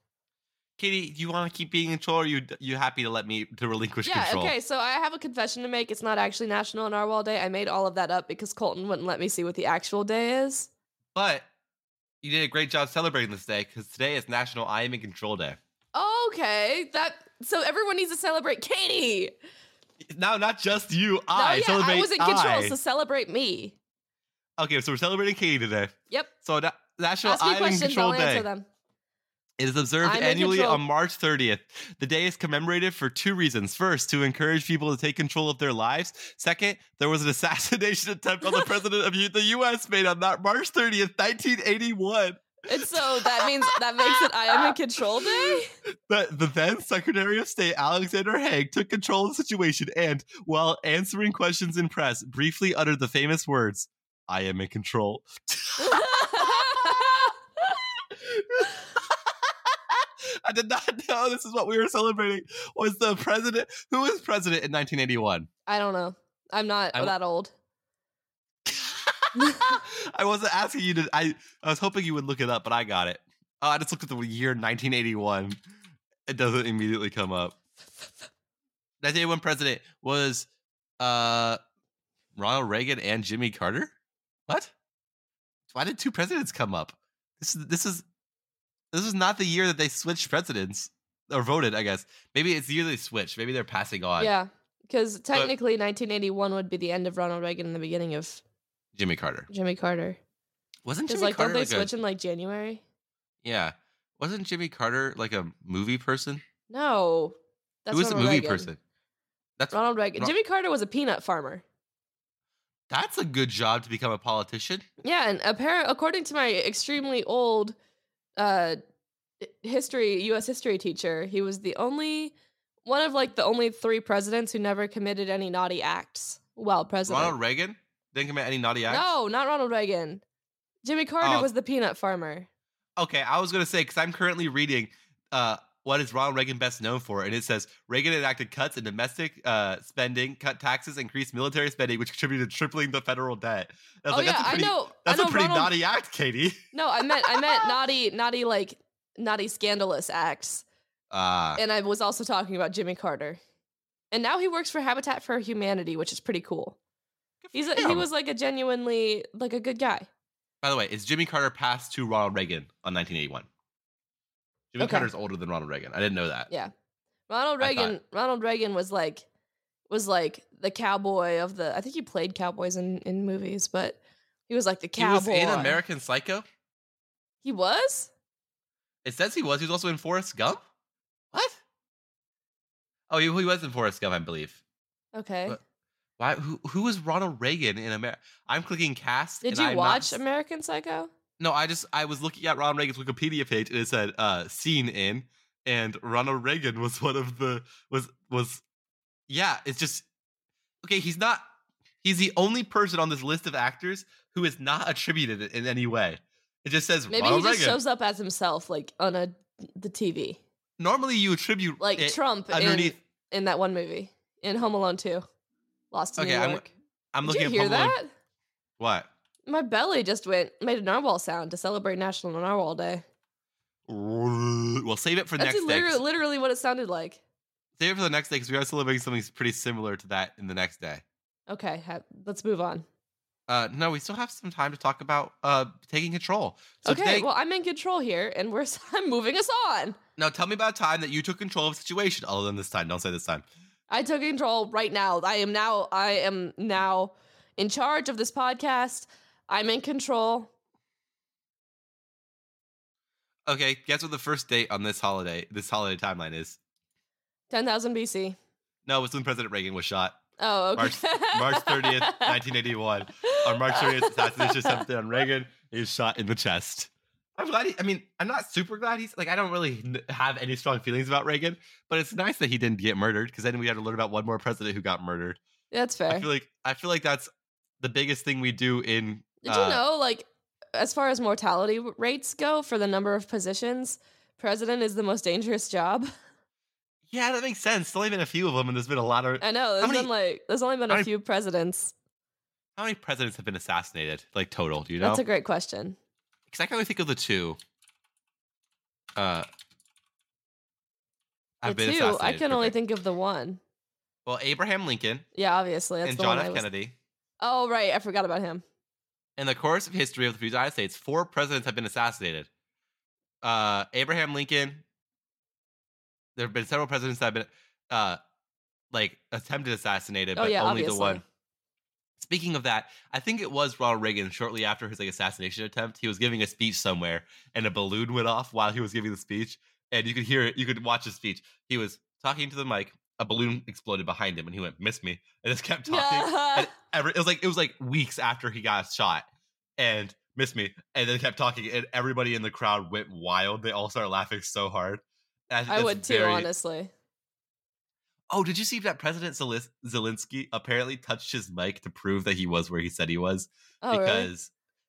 Katie, do you want to keep being in control? Or you you happy to let me to relinquish
yeah,
control?
okay, so I have a confession to make. It's not actually National Narwhal Day. I made all of that up because Colton wouldn't let me see what the actual day is.
But you did a great job celebrating this day because today is National I Am in Control Day.
Okay, that so everyone needs to celebrate Katie.
No, not just you.
No,
I celebrate.
I was in control,
I.
so celebrate me.
Okay, so we're celebrating Katie today.
Yep.
So na- National
Ask me
I'm in
questions,
Control
I'll
Day
answer them.
is observed
I'm in
annually
control.
on March 30th. The day is commemorated for two reasons. First, to encourage people to take control of their lives. Second, there was an assassination attempt on the president of U- the U.S. made on that March 30th, 1981.
And so that means that makes it I am in control day.
The, the then Secretary of State Alexander Haig took control of the situation and, while answering questions in press, briefly uttered the famous words, "I am in control." I did not know this is what we were celebrating. Was the president who was president in 1981?
I don't know. I'm not
I w-
that old.
I wasn't asking you to. I I was hoping you would look it up, but I got it. Oh, I just looked at the year 1981. It doesn't immediately come up. 1981 president was uh Ronald Reagan and Jimmy Carter. What? Why did two presidents come up? This is this is this is not the year that they switched presidents or voted. I guess maybe it's the year they switched. Maybe they're passing on.
Yeah, because technically 1981 would be the end of Ronald Reagan and the beginning of
Jimmy Carter
Jimmy Carter.
wasn't
Because
Jimmy
like,
Carter
don't they
like a-
switch in like January?
Yeah. Wasn't Jimmy Carter like a movie person?
No, that's
Who was a
Ronald
movie
Reagan.
person? That's
Ronald Reagan.
Ro-
Jimmy Carter was a peanut farmer.
that's a good job to become a politician.
Yeah, and apparent according to my extremely old uh h- history US history teacher, he was the only one of like the only three presidents who never committed any naughty acts while president.
Ronald Reagan didn't commit any naughty acts.
No, not Ronald Reagan. Jimmy Carter
Oh.
was the peanut farmer.
Okay, I was gonna say because I'm currently reading uh what is Ronald Reagan best known for? And it says Reagan enacted cuts in domestic uh, spending, cut taxes, increased military spending, which contributed to tripling the federal debt. I was
Oh
like,
yeah,
that's a pretty,
I know.
That's
I know
a pretty
Ronald,
naughty act, Katie.
No, I meant I meant naughty, naughty like naughty scandalous acts.
Ah,
And I was also talking about Jimmy Carter. And now he works for Habitat for Humanity, which is pretty cool. He's a, he
him.
was like a genuinely like a good guy.
By the way, is Jimmy Carter passed to Ronald Reagan on 1981? Jimmy
Okay.
Carter's older than Ronald Reagan. I didn't know that.
Yeah. Ronald
I thought-
Reagan Ronald Reagan was like was like the cowboy of the I think he played cowboys in in movies, but he was like the
He was
cowboy.
in American Psycho.
He was?
It says he was. He was also in Forrest Gump. What? Oh, he, he was in Forrest Gump, I believe.
Okay.
But- Why? Who, who was Ronald Reagan in America? I'm clicking cast.
Did
and
you
I'm not
watch
s-
American Psycho?
No, I just I was looking at Ronald Reagan's Wikipedia page and it said uh seen in and Ronald Reagan was one of the was was yeah, it's just okay, he's not he's the only person on this list of actors who is not attributed in any way. It just says
Maybe
Ronald
he just
Reagan.
shows up as himself like on a the TV.
Normally you attribute
Like
it-
Trump in,
underneath-
in that one movie. In Home Alone 2. Lost in
Okay,
New
I'm-
York.
I'm
Did
looking
you
at
hear
Home Alone-
that?
What?
My belly just went made a narwhal sound to celebrate National Narwhal Day.
Well, save it for
That's
next day.
literally,
'cause-
literally what it sounded like.
Save it for the next day because we are celebrating something pretty similar to that in the next day.
Okay, ha- let's move on.
Uh, no, we still have some time to talk about uh taking control. So
okay,
today,
well I'm in control here, and we're s- I'm moving us on.
Now tell me about a time that you took control of a situation. Other than this time, don't say this time.
I took control right now. I am now I am now in charge of this podcast. I'm in control.
Okay, guess what the first date on this holiday, this holiday timeline is?
10,000 BC.
No, it's when President Reagan was shot
Oh, okay.
March- March 30th, 1981. On March 30th, assassination attempted on Reagan. He was shot in the chest. I'm glad. He, I mean, I'm not super glad he's like. I don't really n- have any strong feelings about Reagan, but it's nice that he didn't get murdered because then we had to learn about one more president who got murdered.
That's fair.
I feel like I feel like that's the biggest thing we do in.
Did
uh,
you know, like, as far as mortality w- rates go for the number of positions, president is the most dangerous job?
Yeah, that makes sense. There's only been a few of them, and there's been a lot of
I know. There's
many-
been like there's only been
how
a
many-
few presidents.
How many presidents have been assassinated, like total? Do you know?
That's a
Because
great question.
I can only think of the two. Uh, have
the
been
two, I
assassinated.
can only
Okay.
think of the one.
Well, Abraham Lincoln
Yeah, obviously that's
and
the
John
one. I
F.
was-
Kennedy.
Oh right, I forgot about him.
In the course of history of the United States, four presidents have been assassinated. Uh, Abraham Lincoln. There have been several presidents that have been, uh, like attempted assassinated,
Oh,
but
yeah,
only the
obviously.
one. Speaking of that, I think it was Ronald Reagan. Shortly after his like assassination attempt, he was giving a speech somewhere, and a balloon went off while he was giving the speech, and you could hear it. You could watch his speech. He was talking to the mic. A balloon exploded behind him, and he went, "Miss me," and just kept talking
Yeah.
and every it was like it was like weeks after he got shot and missed me and then kept talking and everybody in the crowd went wild they all started laughing so hard And think
I
that's
would too,
very-
honestly.
oh did you see that president Zelis- zelensky apparently touched his mic to prove that he was where he said he was
Oh
because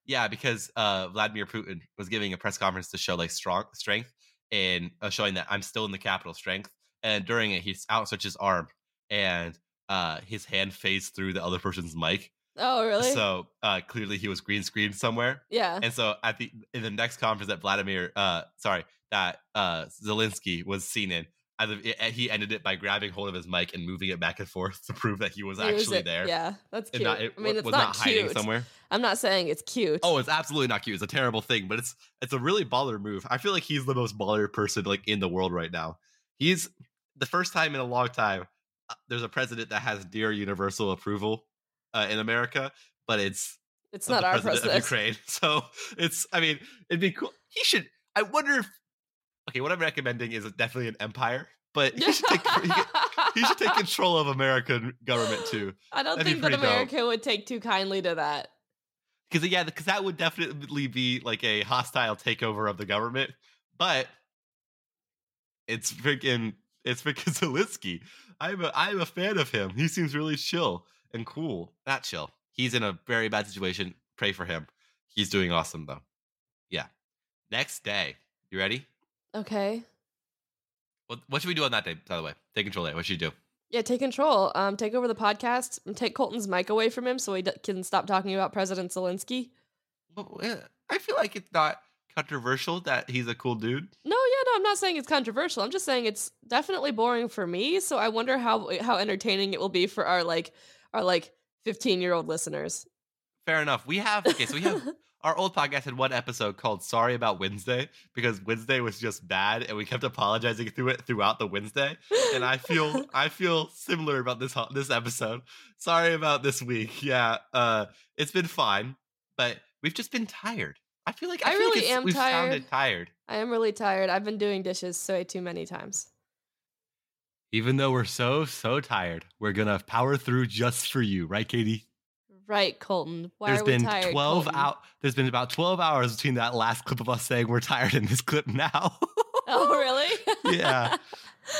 really?
yeah because uh vladimir putin was giving a press conference to show like strong strength and uh, showing that i'm still in the capital strength and during it he outstretched his arm and uh his hand phased through the other person's mic
Oh really? Uh-huh.
so uh, clearly he was green screened somewhere.
yeah.
And so at the in the next conference that Vladimir, uh, sorry, that uh, Zelensky was seen in, I, it, it- he ended it by grabbing hold of his mic and moving it back and forth to prove that he was
He was
actually
it-
there.
Yeah, that's
And
cute.
not, it
I mean,
wa-
it's
was
not,
not, hiding
cute.
somewhere.
I'm not saying it's cute.
Oh, it's absolutely not cute. It's a terrible thing, but it's it's a really baller move. I feel like he's the most baller person like in the world right now. He's the first time in a long time uh, there's a president that has near universal approval uh, in America, but it's
it's
of
not
the
our
president
president.
of Ukraine. So it's, I mean, it'd be cool. He should. I wonder if. Okay, what I'm recommending is definitely an empire, but he should take he, could- he should take control of American government too.
I don't
That'd be
think that
pretty dope.
America would take too kindly to that.
Because yeah, because that would definitely be like a hostile takeover of the government. But it's freaking it's freaking Zelensky. I'm a I'm a fan of him. He seems really chill and cool. Not chill. He's in a very bad situation. Pray for him. He's doing awesome though. Yeah. Next day. You ready?
Okay.
What, what should we do on that day, by the way? Take control day. What should you do?
Yeah, take control. Um, take over the podcast and take Colton's mic away from him so he d- can stop talking about President Zelensky.
Well, eh, I feel like it's not controversial that he's a cool dude.
No, yeah, no, I'm not saying it's controversial. I'm just saying it's definitely boring for me. So I wonder how how entertaining it will be for our like our like 15 year old listeners.
Fair enough. We have okay, so we have our old podcast had one episode called "Sorry About Wednesday" because Wednesday was just bad, and we kept apologizing through it throughout the Wednesday. And I feel I feel similar about this ho- this episode. Sorry about this week. Yeah, uh, it's been fine, but we've just been tired. I feel like I,
I
feel like
really
it's-
am
we've
tired.
sounded tired,
I am really tired. I've been doing dishes so too many times.
even though we're so so tired. We're gonna power through just for you, right, Katie?
Right, Colton. Why
there's
are we
been
tired?
12
Colton?
out there's been about 12 hours between that last clip of us saying we're tired and this clip now
Oh, really?
Yeah.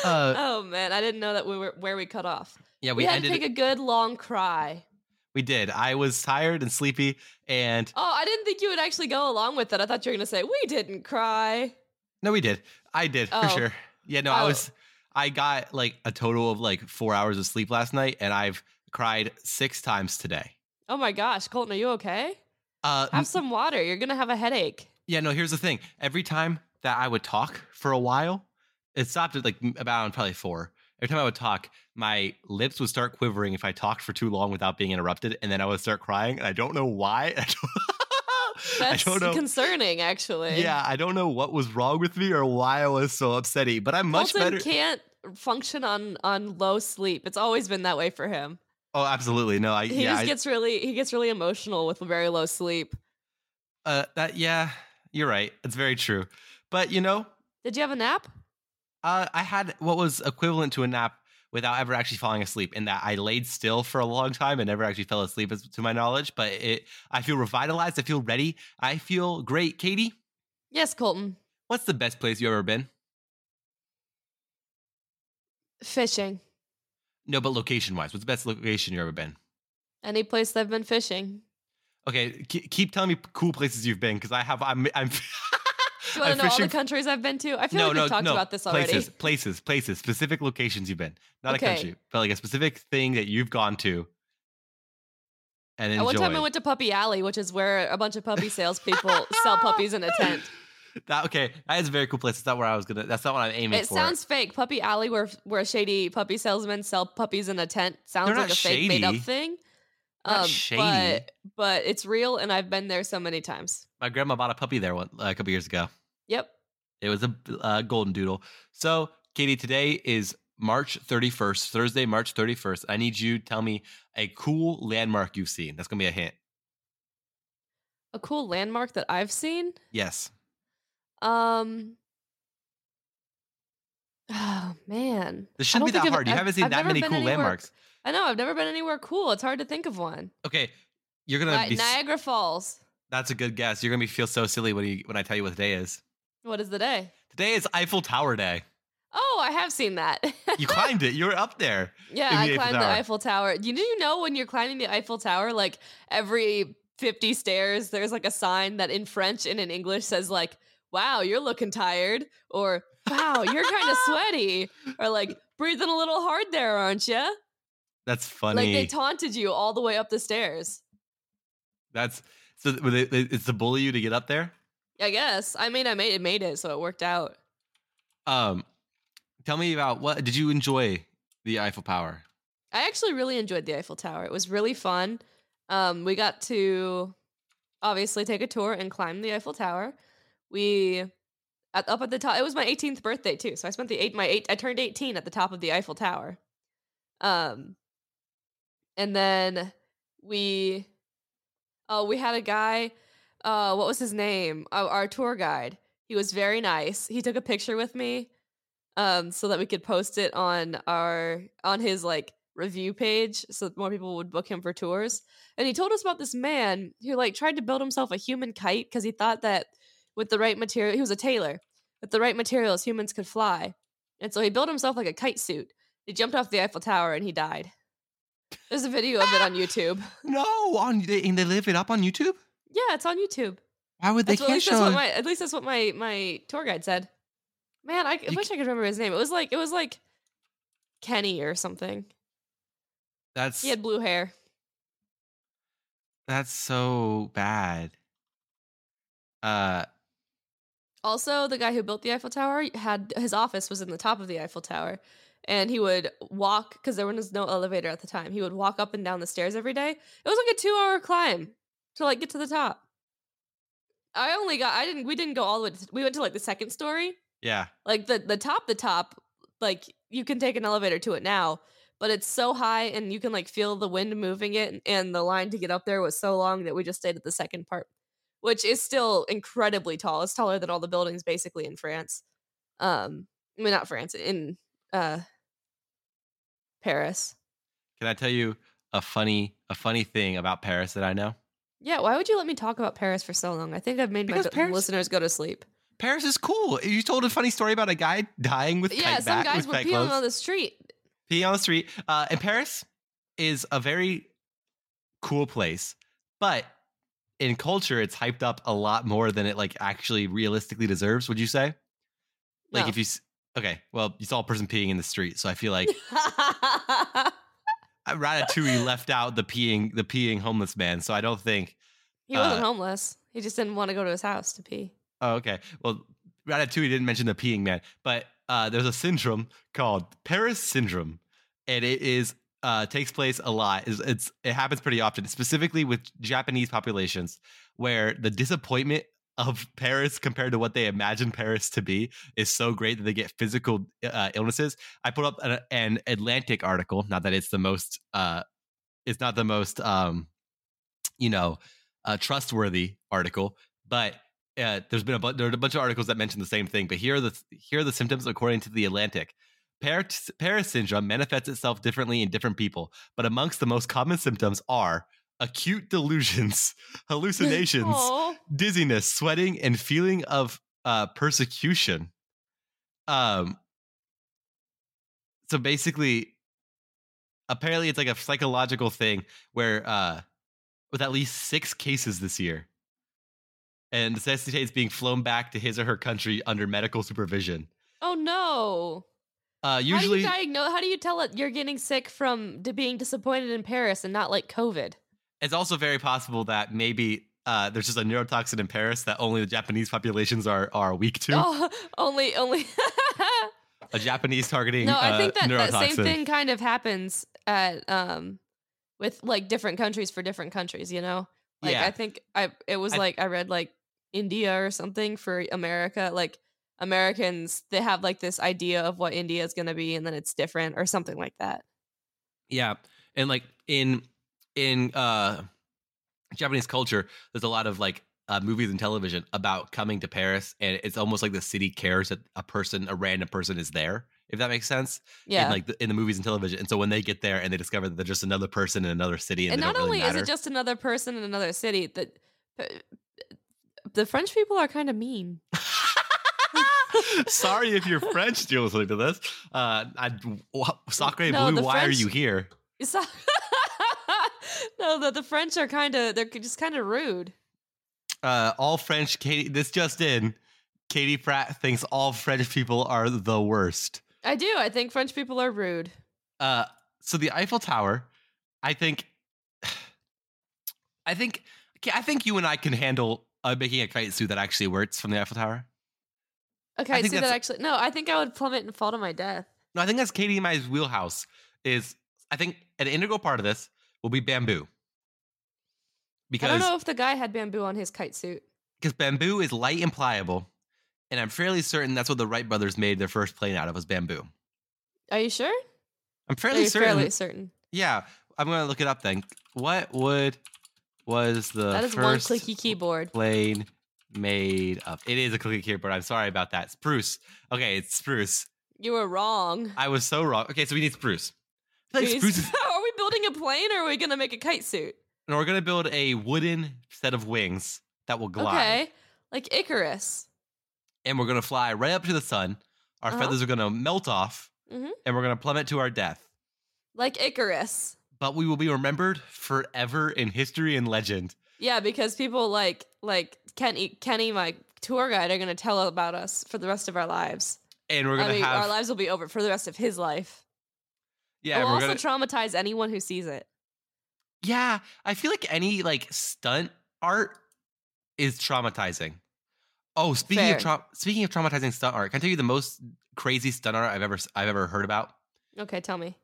Uh,
oh man, I didn't know that we were where we cut off.
yeah
We,
we,
had
ended
to take a good long cry.
we did i was tired and sleepy and
Oh, I didn't think you would actually go along with that. I thought you were going to say we didn't cry.
no we did i did
Oh.
for sure yeah no i
Oh.
was i got like a total of like four hours of sleep last night and i've cried six times today
Oh my gosh, Colton, are you okay?
uh
Have some water. You're going to have a headache.
Yeah, no, here's the thing. Every time that I would talk for a while, it stopped at like m- about probably four. Every time I would talk, my lips would start quivering if I talked for too long without being interrupted, and then I would start crying, and I don't know why. I don't, I
That's
don't know.
concerning, actually.
Yeah, I don't know what was wrong with me or why I was so upsetty, but I'm much
Colton
better.
can't function on on low sleep. It's always been that way for him.
oh, absolutely. No, I
He
yeah,
just
I-
gets really he gets really emotional with very low sleep.
uh, that yeah, you're right. It's very true. But you know,
Did you have a nap?
Uh, I had what was equivalent to a nap without ever actually falling asleep, in that I laid still for a long time and never actually fell asleep, as, to my knowledge. But it, I feel revitalized. I feel ready. I feel great. Katie,
Yes, Colton.
what's the best place you've ever been?
Fishing.
No, but location wise, what's the best location you've ever been?
Any place I've been fishing.
Okay, ke- keep telling me cool places you've been because I have. I'm. I'm
Do you want
I'm
to know all the
fishing-
countries I've been to? I feel like we've talked about this already.
places, places, places, specific locations you've been, not
Okay.
a country, but like a specific thing that you've gone to. And
At
enjoyed.
one time I went to Puppy Alley, which is where a bunch of puppy salespeople sell puppies in a tent.
That okay. That is a very cool place. That's not where I was gonna. That's not what I'm aiming
It
for.
sounds fake. Puppy Alley, where where shady puppy salesmen sell puppies in a tent, sounds
They're
like
not
a fake made up
shady.
thing.
Not shady.
um, But, but it's real, and I've been there so many times.
My grandma bought a puppy there one, a couple years ago.
Yep.
It was a uh, golden doodle. So, Katie, today is March 31st, Thursday, March 31st. I need you to tell me a cool landmark you've seen. That's gonna be a hint.
A cool landmark that I've seen.
Yes.
Um. Oh man.
This
I
shouldn't be
don't think
that
I've-
hard. You
I've-
haven't seen
I've
that
never
many
been
cool
anywhere-
landmarks.
I know I've never been anywhere cool. It's hard to think of one.
Okay, you're gonna
Ni-
be. s-
Niagara Falls.
That's a good guess. You're gonna be feel so silly when you when I tell you what today is.
What is the day?
Today is Eiffel Tower Day.
Oh, I have seen that.
You climbed it. You were up there.
Yeah,
in the
I
Eiffel
climbed the
Tower.
Eiffel Tower. You do you know when you're climbing the Eiffel Tower, like every 50 stairs, there's like a sign that in French and in English says like, "Wow, you're looking tired," or "Wow, you're kind of sweaty," or like "Breathing a little hard there, aren't you?"
That's funny.
Like they taunted you all the way up the stairs.
That's so. th- they- they- It's to bully you to get up there.
I guess. I mean, I made it made it, so it worked out.
Um, tell me about what did you enjoy the Eiffel Tower?
I actually really enjoyed the Eiffel Tower. It was really fun. Um, we got to obviously take a tour and climb the Eiffel Tower. We at, up at the top. It was my 18th birthday too, so I spent the eight my eight. I turned 18 at the top of the Eiffel Tower. Um, and then we, oh, we had a guy. Uh, what was his name? Our, our tour guide. He was very nice. He took a picture with me um, so that we could post it on our on his like review page, so that more people would book him for tours. And he told us about this man who like tried to build himself a human kite because he thought that with the right material, he was a tailor, with the right materials, humans could fly. And so he built himself like a kite suit. He jumped off the Eiffel Tower and he died. There's a video of it on YouTube.
No, on they and they live it up on YouTube.
Yeah, it's on YouTube.
Why would
That's what, at, least that's what my, at least that's what my my tour guide said. Man, I
You
wish I could remember his name. It was like it was like Kenny or something.
That's
He had blue hair.
that's so bad. Uh,
Also, the guy who built the Eiffel Tower had his office was in the top of the Eiffel Tower, and he would walk because there was no elevator at the time. He would walk up and down the stairs every day. It was like a two-hour climb to like get to the top. I only got I didn't we didn't go all the way. To, we went to like the second story,
yeah.
like the the top the top like you can take an elevator to it now but it's so high and you can like feel the wind moving it and the line to get up there was so long that we just stayed at the second part which is still incredibly tall it's taller than all the buildings basically in france um i mean not france in uh paris
Can I tell you a funny a funny thing about Paris that I know?
yeah why would you let me talk about paris for so long i think i've made
Because
my d-
Paris-
listeners go to sleep
Paris is cool. You told a funny story about a guy dying with
yeah
tight
some
back-
guys
with
were
tight
peeing
clothes.
on the street
Pee on the street. Uh, and Paris is a very cool place, but in culture, it's hyped up a lot more than it like actually realistically deserves. Would you say? Like
No.
if you s- okay, well, you saw a person peeing in the street, so I feel like Ratatouille left out the peeing the peeing homeless man. So I don't think.
he wasn't
Uh,
homeless he just didn't want to go to his house to pee
Oh, okay. Well, Ratatouille didn't mention the peeing man, but uh, there's a syndrome called Paris syndrome, and it is uh, takes place a lot. It's, it's it happens pretty often, specifically with Japanese populations, where the disappointment of Paris compared to what they imagine Paris to be is so great that they get physical uh, illnesses. I put up an, an Atlantic article. Not that it's the most, uh, it's not the most, um, you know, uh, trustworthy article, but uh, there's been a bu- there are a bunch of articles that mention the same thing. But here are the here are the symptoms according to the Atlantic. Paris, Paris syndrome manifests itself differently in different people, but amongst the most common symptoms are acute delusions, hallucinations,
Aw.
dizziness, sweating, and feeling of uh, persecution. Um. So basically, apparently, it's like a psychological thing where, uh, with at least six cases this year, and necessitates being flown back to his or her country under medical supervision.
Oh no!
Uh,
how do
usually,
you diagnose? How do you tell it you're getting sick from d- being disappointed in Paris and not like COVID?
it's also very possible that maybe. Uh, there's just a neurotoxin in Paris that only the Japanese populations are are weak to.
Oh, only, only.
A Japanese targeting.
no, I
uh,
think that that same
neurotoxin.
thing kind of happens at um with like different countries for different countries. You know, like
Yeah.
I think I it was
I-
like I read like India or something for America, like. Americans, they have like this idea of what India is going to be, and then it's different, or something like that.
Yeah. And like in in uh Japanese culture, there's a lot of like uh, movies and television about coming to Paris and it's almost like the city cares that a person, a random person is there, if that makes sense.
Yeah,
In like the, in the movies and television. And so when they get there and they discover that they're just another person in another city and,
and
they
not
don't really
only
matter.
is it just another person in another city that the french people are kind of mean
Sorry if you're French still listening to this. Uh I Sacre
No,
Blue,
the
why are
French-
you here?
So- no the, the french are kind of they're just kind of rude
uh, all French Katie. This just in: Katie Pratt thinks all French people are the worst.
i do i think french people are rude
Uh, so the Eiffel Tower, I think, I think, I think you and I can handle uh, making a kite suit that actually works from the Eiffel Tower.
okay i,
think
see that
that's-
actually no i think i would plummet and fall to my death
No, I think that's Katie and my wheelhouse. Is I think an integral part of this will be bamboo.
i don't
Because
know if the guy had bamboo on his kite suit
because bamboo is light and pliable, and I'm fairly certain that's what the Wright brothers made their first plane out of was bamboo.
are you sure
I'm
Are
fairly
you
certain.
fairly certain
Yeah, I'm gonna look it up then. What would was the
that is one
first
clicky keyboard
plane made of? It is a clicky keyboard. I'm sorry about that. Spruce. Okay, it's spruce.
you were wrong
I was so wrong. Okay, so we need spruce. I feel like
Jeez.
spruce is-
are we building a plane or are we gonna make a kite suit
and we're gonna build a wooden set of wings that will glide,
okay like icarus
and we're gonna fly right up to the sun. Our
Uh-huh.
feathers are gonna melt off,
Mhm.
and we're gonna plummet to our death.
like icarus
But we will be remembered forever in history and legend.
Yeah, because people like like Kenny, Kenny, my tour guide, are gonna tell about us for the rest of our lives.
and we're gonna
I mean,
have
our lives will be over for the rest of his life.
yeah,
it will
we're
also
gonna
traumatize anyone who sees it.
yeah. I feel like any like stunt art is traumatizing. Oh, speaking
Fair.
of tra- speaking of traumatizing stunt art, can I tell you the most crazy stunt art I've ever s- I've ever heard about?
Okay, tell me.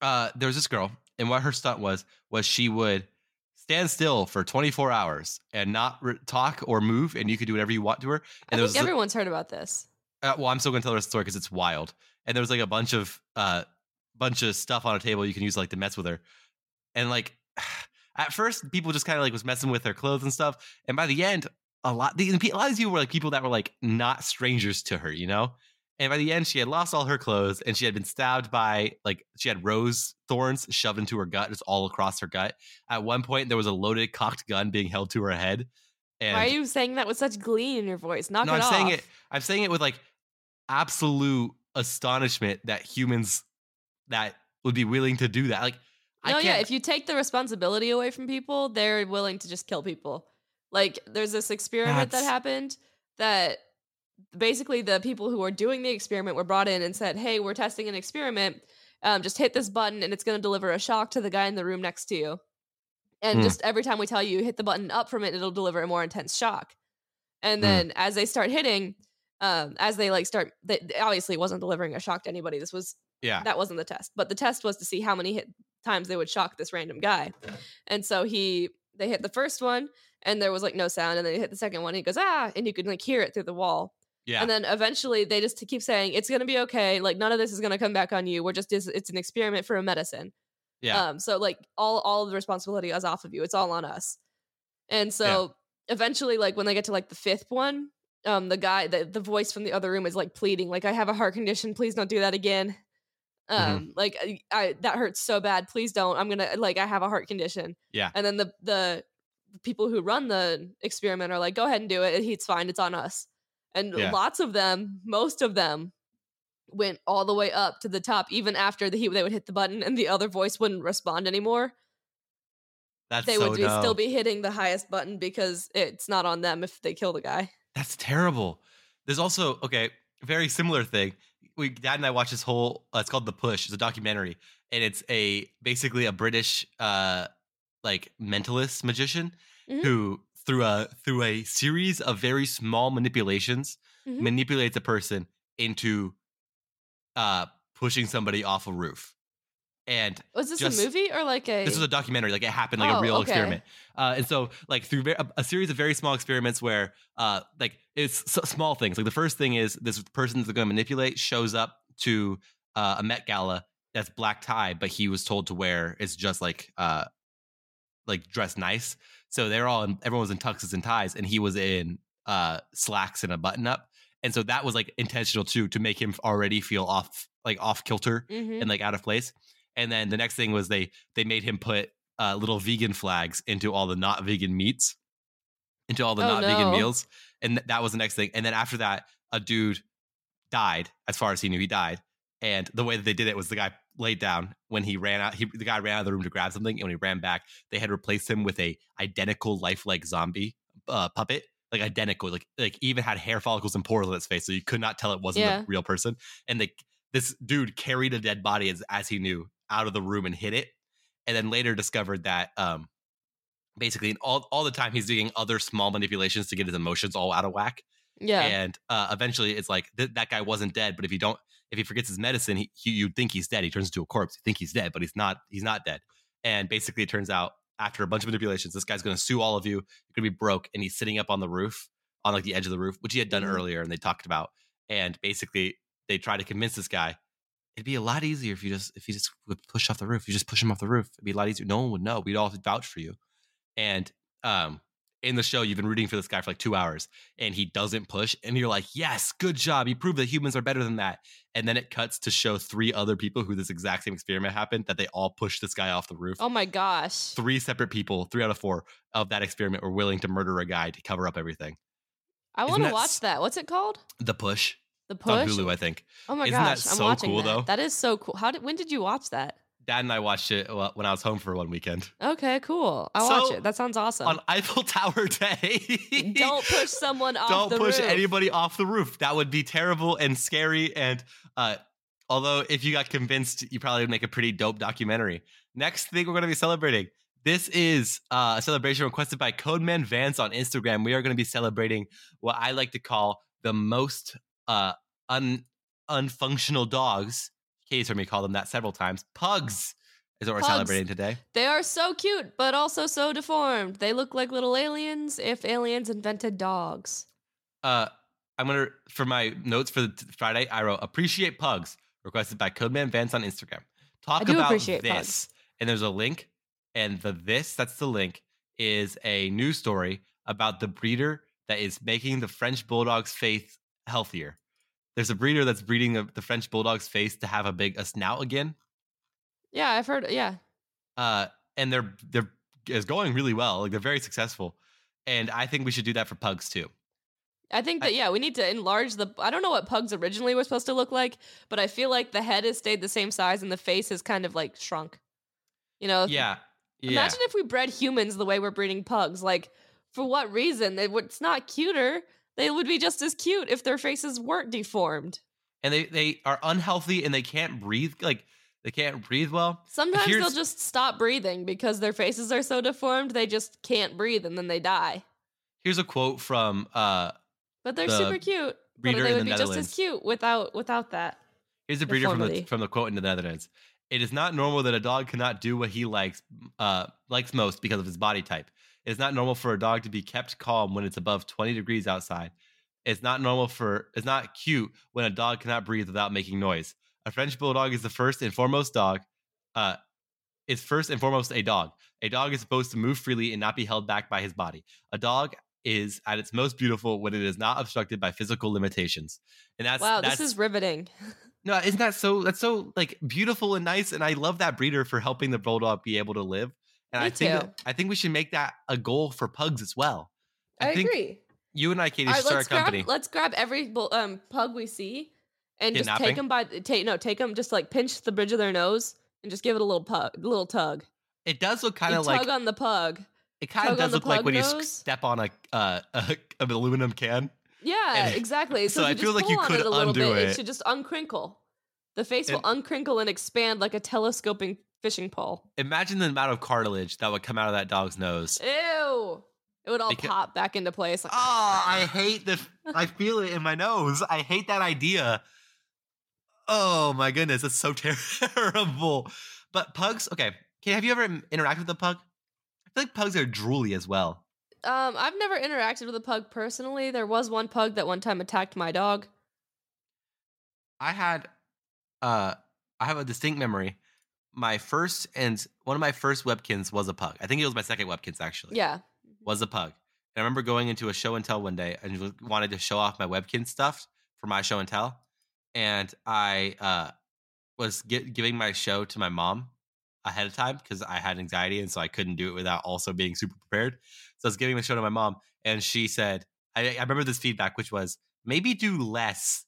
uh, there was this girl, and what her stunt was was she would stand still for 24 hours and not re- talk or move, and you could do whatever you want to her.
I
And there was
think everyone's heard about this.
uh, well, I'm still gonna tell her story because it's wild. And there was like a bunch of uh, bunch of stuff on a table you can use like to mess with her, and like at first people just kind of like was messing with her clothes and stuff, and by the end a lot the, a lot of these people were like people that were like not strangers to her, you know. And by the end, she had lost all her clothes, and she had been stabbed by like she had rose thorns shoved into her gut, just all across her gut. At one point, there was a loaded cocked gun being held to her head. And
Why are you saying that with such glee in your voice? Knock
no,
it
I'm
off.
saying it. I'm saying it with like absolute astonishment that humans that would be willing to do that. Like, I
No,
can't.
yeah. If you take the responsibility away from people, they're willing to just kill people. Like there's this experiment
That's-
that happened that basically the people who are doing the experiment were brought in and said, "Hey, we're testing an experiment. Um, just hit this button, and it's going to deliver a shock to the guy in the room next to you. And
Hmm.
just every time we tell you hit the button up from it, it'll deliver a more intense shock. And
Hmm.
then as they start hitting, um, as they like start, they, they obviously it wasn't delivering a shock to anybody. This was
yeah,
that wasn't the test but the test was to see how many hit times they would shock this random guy and so he they hit the first one and there was like no sound and then he hit the second one and he goes ah and you can like hear it through the wall
yeah.
and then eventually they just keep saying it's gonna be okay like none of this is gonna come back on you we're just dis- it's an experiment for a medicine
Yeah.
um so like all all of the responsibility is off of you it's all on us and so eventually like when they get to like the fifth one um the guy the, the voice from the other room is like pleading like i have a heart condition please don't do that again um
Mhm.
like I, I that hurts so bad please don't i'm gonna like i have a heart condition
Yeah.
and then the the people who run the experiment are like go ahead and do it it's fine it's on us and
Yeah.
lots of them, most of them, went all the way up to the top, even after the, he, they would hit the button and the other voice wouldn't respond anymore.
That's
they
so
would be,
dumb.
still be hitting the highest button because it's not on them if they kill the guy.
That's terrible. There's also okay, very similar thing. We dad and I watched this whole. Uh, it's called The Push. It's a documentary, and it's a basically a British uh like mentalist magician
Mhm.
who through a through a series of very small manipulations
Mhm.
manipulates a person into uh pushing somebody off a roof. And
Was this
Just-
a movie or like a?
this was a documentary like it happened like a
Oh,
real
okay.
experiment uh, and so like through ve- a, a series of very small experiments where uh, like it's s- small things like the first thing is this person that's going to manipulate shows up to uh, a met gala that's black tie but he was told to wear is just like uh, like dress nice so they're all in, everyone was in tuxes and ties and he was in uh, slacks and a button up and so that was like intentional too to make him already feel off like off kilter
Mhm.
and like out of place. And then the next thing was they they made him put uh, little vegan flags into all the not vegan meats, into all the
Oh,
not vegan
no.
meals, and th- that was the next thing. And then after that, a dude died. As far as he knew, he died. And the way that they did it was the guy laid down when he ran out. He, the guy ran out of the room to grab something, and when he ran back, they had replaced him with a identical lifelike zombie uh, puppet, like identical, like like even had hair follicles and pores on its face, so you could not tell it wasn't
Yeah.
a real person. And they this dude carried a dead body as, as he knew out of the room and hid it and then later discovered that um basically all, all the time he's doing other small manipulations to get his emotions all out of whack
yeah.
and uh, eventually it's like th- that guy wasn't dead but if you don't if he forgets his medicine he, he, you'd think he's dead he turns into a corpse you think he's dead but he's not he's not dead and basically it turns out after a bunch of manipulations this guy's going to sue all of you you're going to be broke and he's sitting up on the roof on like the edge of the roof which he had done
Mhm.
earlier and they talked about and basically they try to convince this guy it'd be a lot easier if you just if you just would push off the roof you just push him off the roof it'd be a lot easier no one would know we'd all vouch for you and um in the show you've been rooting for this guy for like two hours and he doesn't push and you're like yes good job you proved that humans are better than that and then it cuts to show three other people who this exact same experiment happened that they all pushed this guy off the roof
Oh my gosh.
three separate people three out of four of that experiment were willing to murder a guy to cover up everything
I
isn't
want to
that
watch
s-
that. What's it called?
the push,
The
It's on
push.
hulu i think
Oh my
Isn't that
gosh. I'm
so
watching
cool,
that.
though?
That is so cool. How did? When did you watch that?
Dad and I watched it uh, when I was home for one weekend
Okay, cool. I'll
So,
watch it. That sounds awesome.
on Eiffel Tower Day.
Don't push someone off
Don't
the
push
roof.
anybody off the roof. That would be terrible and scary. And uh, although, if you got convinced, you probably would make a pretty dope documentary. Next thing we're going to be celebrating. This is uh, a celebration requested by Codeman Vance on Instagram. We are going to be celebrating what I like to call the most uh, un- unfunctional dogs. Katie's heard me call them that several times. Pugs is what we're
Pugs.
celebrating today.
They are so cute, but also so deformed. They look like little aliens if aliens invented dogs.
uh, I'm gonna for my notes for the t- Friday. I wrote appreciate pugs requested by Codeman Vance on Instagram. Talk
I do
about
appreciate
this,
pugs.
and there's a link, and the this that's the link is a news story about the breeder that is making the French bulldog's face healthier. There's a breeder that's breeding the the French bulldog's face to have a big a snout again,
Yeah, I've heard. Yeah.
uh, and they're they're is going really well. Like they're very successful, and I think we should do that for pugs too.
I think
I-
that, yeah, we need to enlarge the. I don't know what pugs originally were supposed to look like, but I feel like the head has stayed the same size and the face has kind of like shrunk. You know?
Yeah, yeah.
Imagine if we bred humans the way we're breeding pugs. Like, for what reason? They would, it's not cuter. They would be just as cute if their faces weren't deformed.
and they they are unhealthy and they can't breathe like they can't breathe well
Sometimes they'll
Here's-
just stop breathing because their faces are so deformed they just can't breathe and then they die.
here's a quote from uh
But they're
The
super cute. But
breeder
they
in
would
the
be just as
netherlands
cute without without that.
here's a breeder from the
deformity.
from the quote in the netherlands it is not normal that a dog cannot do what he likes uh likes most because of his body type it is not normal for a dog to be kept calm when it's above 20 degrees outside it's not normal for it's not cute when a dog cannot breathe without making noise a french bulldog is the first and foremost dog uh is first and foremost a dog a dog is supposed to move freely and not be held back by his body a dog is at its most beautiful when it is not obstructed by physical limitations and that's
wow,
that's,
this is riveting.
no, isn't that so? That's so like beautiful and nice, and I love that breeder for helping the bulldog be able to live. And
Me
I think
too.
that- I think we should make that a goal for pugs as well. I, think
agree.
you and I, Katie,
All
should
right,
start a
let's grab
company.
let's grab every bull- um pug we see and just
Kidnapping?
take them by the- take no take them just like pinch the bridge of their nose and just give it a little pug little tug.
It does look kind
You
of
tug
like
on the pug.
it kind
tug
of does
on the
look like
pug
when you
nose?
s- step on a uh, a, an aluminum can.
Yeah,
And-
exactly.
so
So, if
I
you
feel
just
like you
pull on
could
it a little
undo
bit,
it.
it should just uncrinkle. The face will
And-
uncrinkle and expand like a telescoping fishing pole.
Imagine the amount of cartilage that would come out of that dog's nose.
Ew. It would all
Beca-
pop back into place. Like,
Oh, I hate the. I feel it in my nose. I hate that idea. Oh my goodness, that's so terrible. But pugs, okay. Kate, have you ever interacted with a pug? I feel like pugs are drooly as well.
Um, I've never interacted with a pug personally. There was one pug that one time attacked my dog.
I had, uh, I have a distinct memory. My first and one of my first webkins was a pug. I think it was my second webkins actually.
Yeah.
was a pug. And I remember going into a show and tell one day and w- wanted to show off my webkin stuff for my show and tell. And I uh, was gi- giving my show to my mom ahead of time because I had anxiety and so I couldn't do it without also being super prepared. So I was giving the show to my mom and she said, I, I remember this feedback, which was maybe do less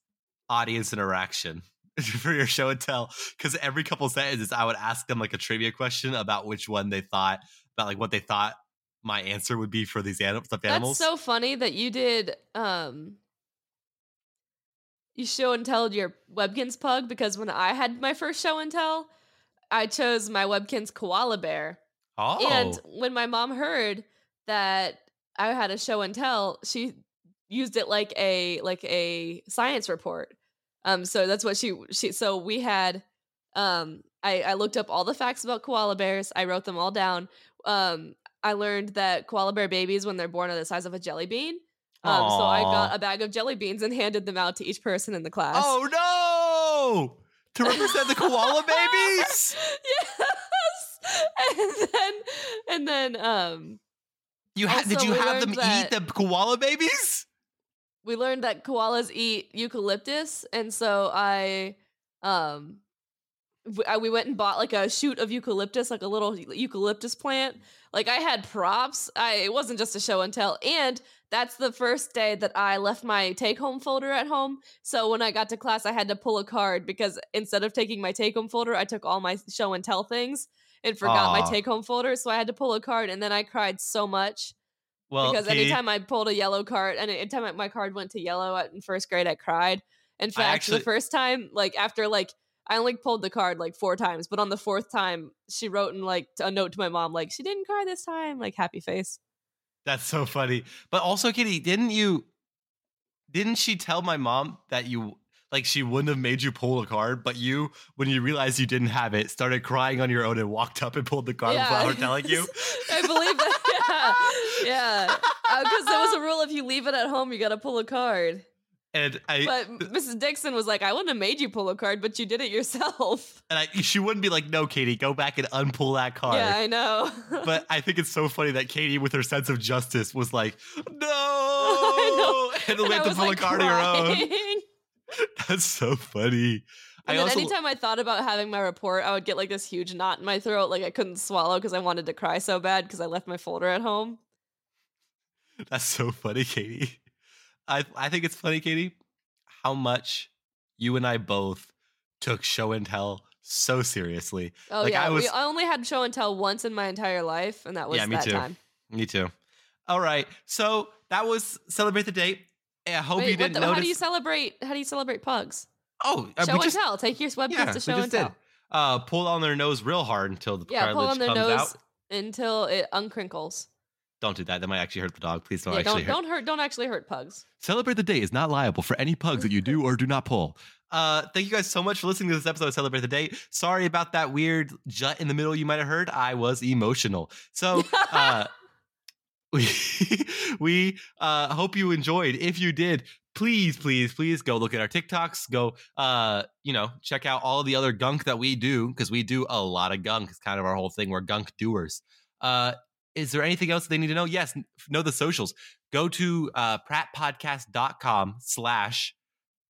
audience interaction for your show and tell because every couple sentences I would ask them like a trivia question about which one they thought about like what they thought my answer would be for these anim- stuffed animals.
That's so funny that you did um you show and tell your Webkins pug because when I had my first show and tell, I chose my Webkins koala bear.
oh,
And when my mom heard that I had a show and tell, she used it like a like a science report. Um, so that's what she she. So we had, um, I I looked up all the facts about koala bears. I wrote them all down. Um, I learned that koala bear babies, when they're born, are the size of a jelly bean. Um, so I
Aw.
got a bag of jelly beans and handed them out to each person in the class.
oh no! To represent the koala babies,
yes. And then and then um.
you ha- did
Also,
you
we
have
learned
them
that-
eat the koala babies?
we learned that koalas eat eucalyptus and so i um we, I- we went and bought like a shoot of eucalyptus, like a little eucalyptus plant. Like I had props. I it wasn't just a show and tell. And that's the first day that I left my take home folder at home. So when I got to class, I had to pull a card because instead of taking my take home folder, I took all my show and tell things and forgot
Aw.
my take home folder. So I had to pull a card, and then I cried so much
Well,
because
Katie,
anytime I pulled a yellow card, and anytime my- my card went to yellow at, in first grade, I cried. In fact,
actually-
the first time, like after like I only pulled the card like four times, but on the fourth time, she wrote in like a note to my mom, like she didn't cry this time, like happy face.
that's so funny. But also, Katie, didn't you? Didn't she tell my mom that you like she wouldn't have made you pull a card, but you, when you realized you didn't have it, started crying on your own and walked up and pulled the card without her telling you?
I believe that. Yeah, yeah, because there was a rule if you leave it at home, you got to pull a card.
And I
But Mrs. Dixon was like, I wouldn't have made you pull a card, but you did it yourself.
and I, she wouldn't be like, "No, Katie, go back and unpull that card."
Yeah, I know.
but I think it's so funny that Katie, with her sense of justice, was like, "No,"
know.
and
And
we
I
had to
was,
pull
like,
a card of your own.
crying.
That's so funny. I
And then
also
anytime I thought about having my report, I would get like this huge knot in my throat, like I couldn't swallow because I wanted to cry so bad because I left my folder at home.
that's so funny, Katie. I I think it's funny, Katie, how much you and I both took show and tell so seriously.
Oh
Like,
yeah,
I was-
we, I only had show and tell once in my entire life, and that was
Yeah, me
that
too.
time.
Me too. All right, so that was celebrate the date. I hope
Wait,
you
what
didn't
the-
notice.
How do you celebrate? How do you celebrate pugs?
oh, uh,
show
we
and
just
tell. Take your sweatpants
yeah,
to
we
show
just
and
did.
tell.
Uh, pull on their nose real hard until the
Yeah, pull
cartilage
on their
comes
nose
out.
until it uncrinkles.
Don't do that. That might actually hurt the dog. Please don't Oh,
yeah,
actually hurt.
don't don't hurt. Don't actually hurt pugs.
Celebrate the Day is not liable for any pugs that you do or do not pull. Uh, thank you guys so much for listening to this episode of Celebrate the Day. Sorry about that weird jut in the middle you might have heard. I was emotional. So uh, we, we uh, hope you enjoyed. If you did, please, please, please go look at our TikToks. Go, uh, you know, check out all the other gunk that we do because we do a lot of gunk. It's kind of our whole thing. We're gunk doers. Uh, is there anything else they need to know? Yes, n- know the socials go to uh, prattpodcast.com slash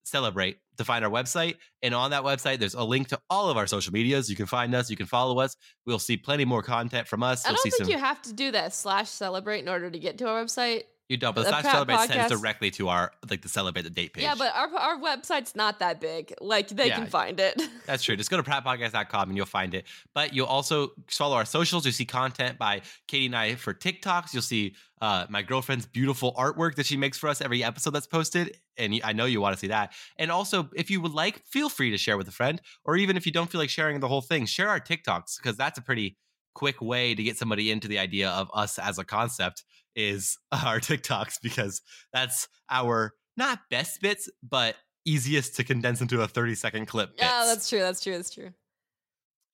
celebrate to find our website and on that website there's a link to all of our social medias you can find us you can follow us we'll see plenty more content from us
I
You'll
don't
see
think
some
you have to do that slash celebrate in order to get to our website.
you don't but
the
slash
Pratt
celebrate
Podcast-
sends directly to our like the celebrate the date page
Yeah, but our our website's not that big. Like they
Yeah.
can find it.
That's true. Just go to prattpodcast.com and you'll find it. But you'll also follow our socials. You'll see content by Katie and I for TikToks. You'll see uh, my girlfriend's beautiful artwork that she makes for us every episode that's posted. And you- I know you want to see that. And also, if you would like, feel free to share with a friend. Or even if you don't feel like sharing the whole thing, share our TikToks because that's a pretty quick way to get somebody into the idea of us as a concept is our TikToks because that's our not best bits, but easiest to condense into a 30 second clip.
Yeah,
bits.
that's true. That's true. That's true.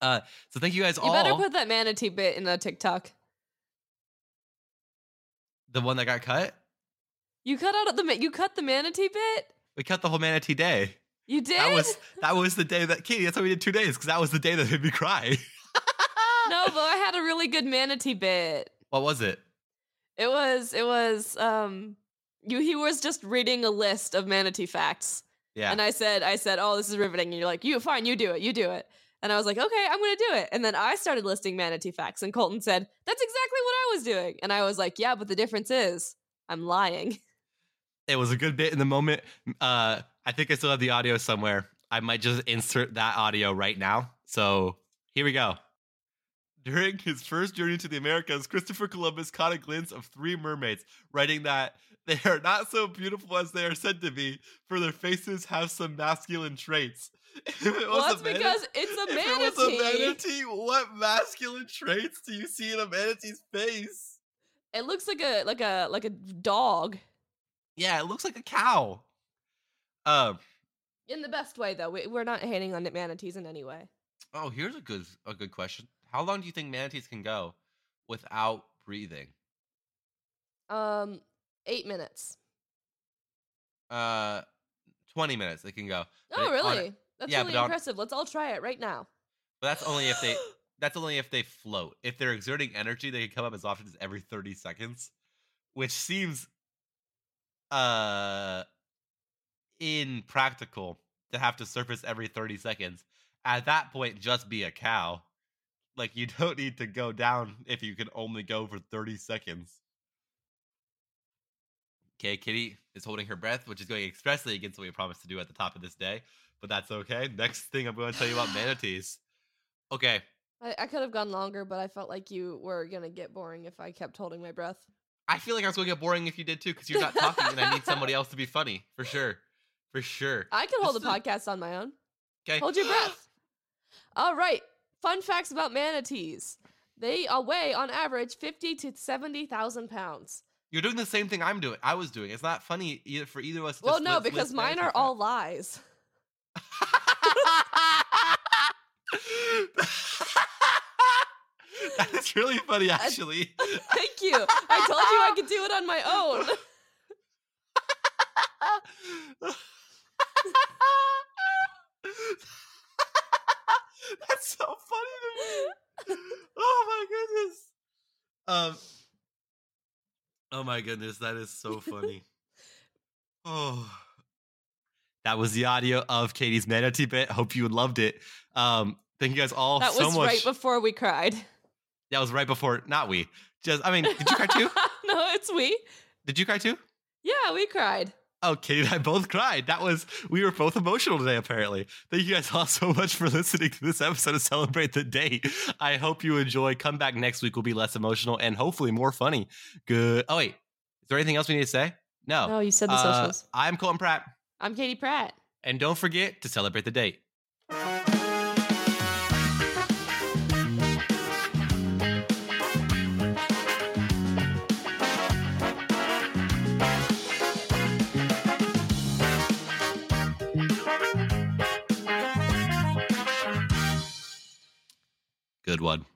So thank you guys
You
all.
better put that manatee bit in a TikTok.
the one that got cut.
You cut out the ma- you cut the manatee bit.
We cut the whole manatee day.
You did.
That was that was the day that Katie. That's why we did two days because that was the day that made me cry.
no, but I had a really good manatee bit.
What was it?
It was it was um you he was just reading a list of manatee facts.
Yeah,
And I said I said, "Oh, this is riveting." And you're like, "You fine, you do it. You do it." And I was like, "Okay, I'm going to do it." And then I started listing manatee facts and Colton said, "That's exactly what I was doing." And I was like, "Yeah, but the difference is I'm lying."
it was a good bit in the moment. Uh, I think I still have the audio somewhere. I might just insert that audio right now. So here we go. During his first journey to the Americas, Christopher Columbus caught a glimpse of three mermaids, writing that they are not so beautiful as they are said to be, for their faces have some masculine traits. If it was
Well,
a
that's
man-
because it's a
if
manatee.
it was a manatee, what masculine traits do you see in a manatee's face?
It looks like a like a like a dog
Yeah, it looks like a cow. Um,
in the best way though. We, we're not hating on manatees in any way.
Oh, here's a good a good question. How long do you think manatees can go without breathing?
Um, eight minutes.
Uh, twenty minutes they can go. But
Oh,
it- on-
really? That's
yeah,
really
but on-
impressive. Let's all try it right now.
But that's only if they that's only if they float. If they're exerting energy, they can come up as often as every thirty seconds, which seems uh impractical to have to surface every thirty seconds at that point just be a cow. Like you don't need to go down if you can only go for 30 seconds. Okay, Kitty is holding her breath, which is going expressly against what we promised to do at the top of this day, but that's okay. Next thing I'm going to tell you about manatees. Okay,
I, I could have gone longer, but I felt like you were gonna get boring if I kept holding my breath.
I feel like I was going to get boring if you did too, because you're not talking, and I need somebody else to be funny for sure, for sure.
I could hold a
This is-
podcast on my own.
Okay,
Hold your breath. All right. Fun facts about manatees. They uh, weigh on average 50 to 70,000 pounds.
You're doing the same thing I'm doing. I was doing. It's not funny either for either of us. to
Well,
just
no,
list-
because
list
mine
manatee
are all lies.
facts. that is really funny, actually.
Thank you. I told you I could do it on my own.
That's so funny to me. Oh my goodness. Um. Oh my goodness, that is so funny. oh. That was the audio of Katie's manatee bit. Hope you loved it. Um, thank you guys all
that
so
was
much.
right before we cried.
that was right before, not we. Just, I mean, did you cry too?
no, it's we.
Did you cry too?
Yeah, we cried.
Oh, Katie and I both cried. That was we were both emotional today, apparently. Thank you guys all so much for listening to this episode of Celebrate the Day. I hope you enjoy. Come back next week. We'll be less emotional and hopefully more funny. Good. Oh, wait. Is there anything else we need to say? No.
you said
Uh, I'm Colton Pratt.
I'm Katie Pratt.
And don't forget to celebrate the date. Good one.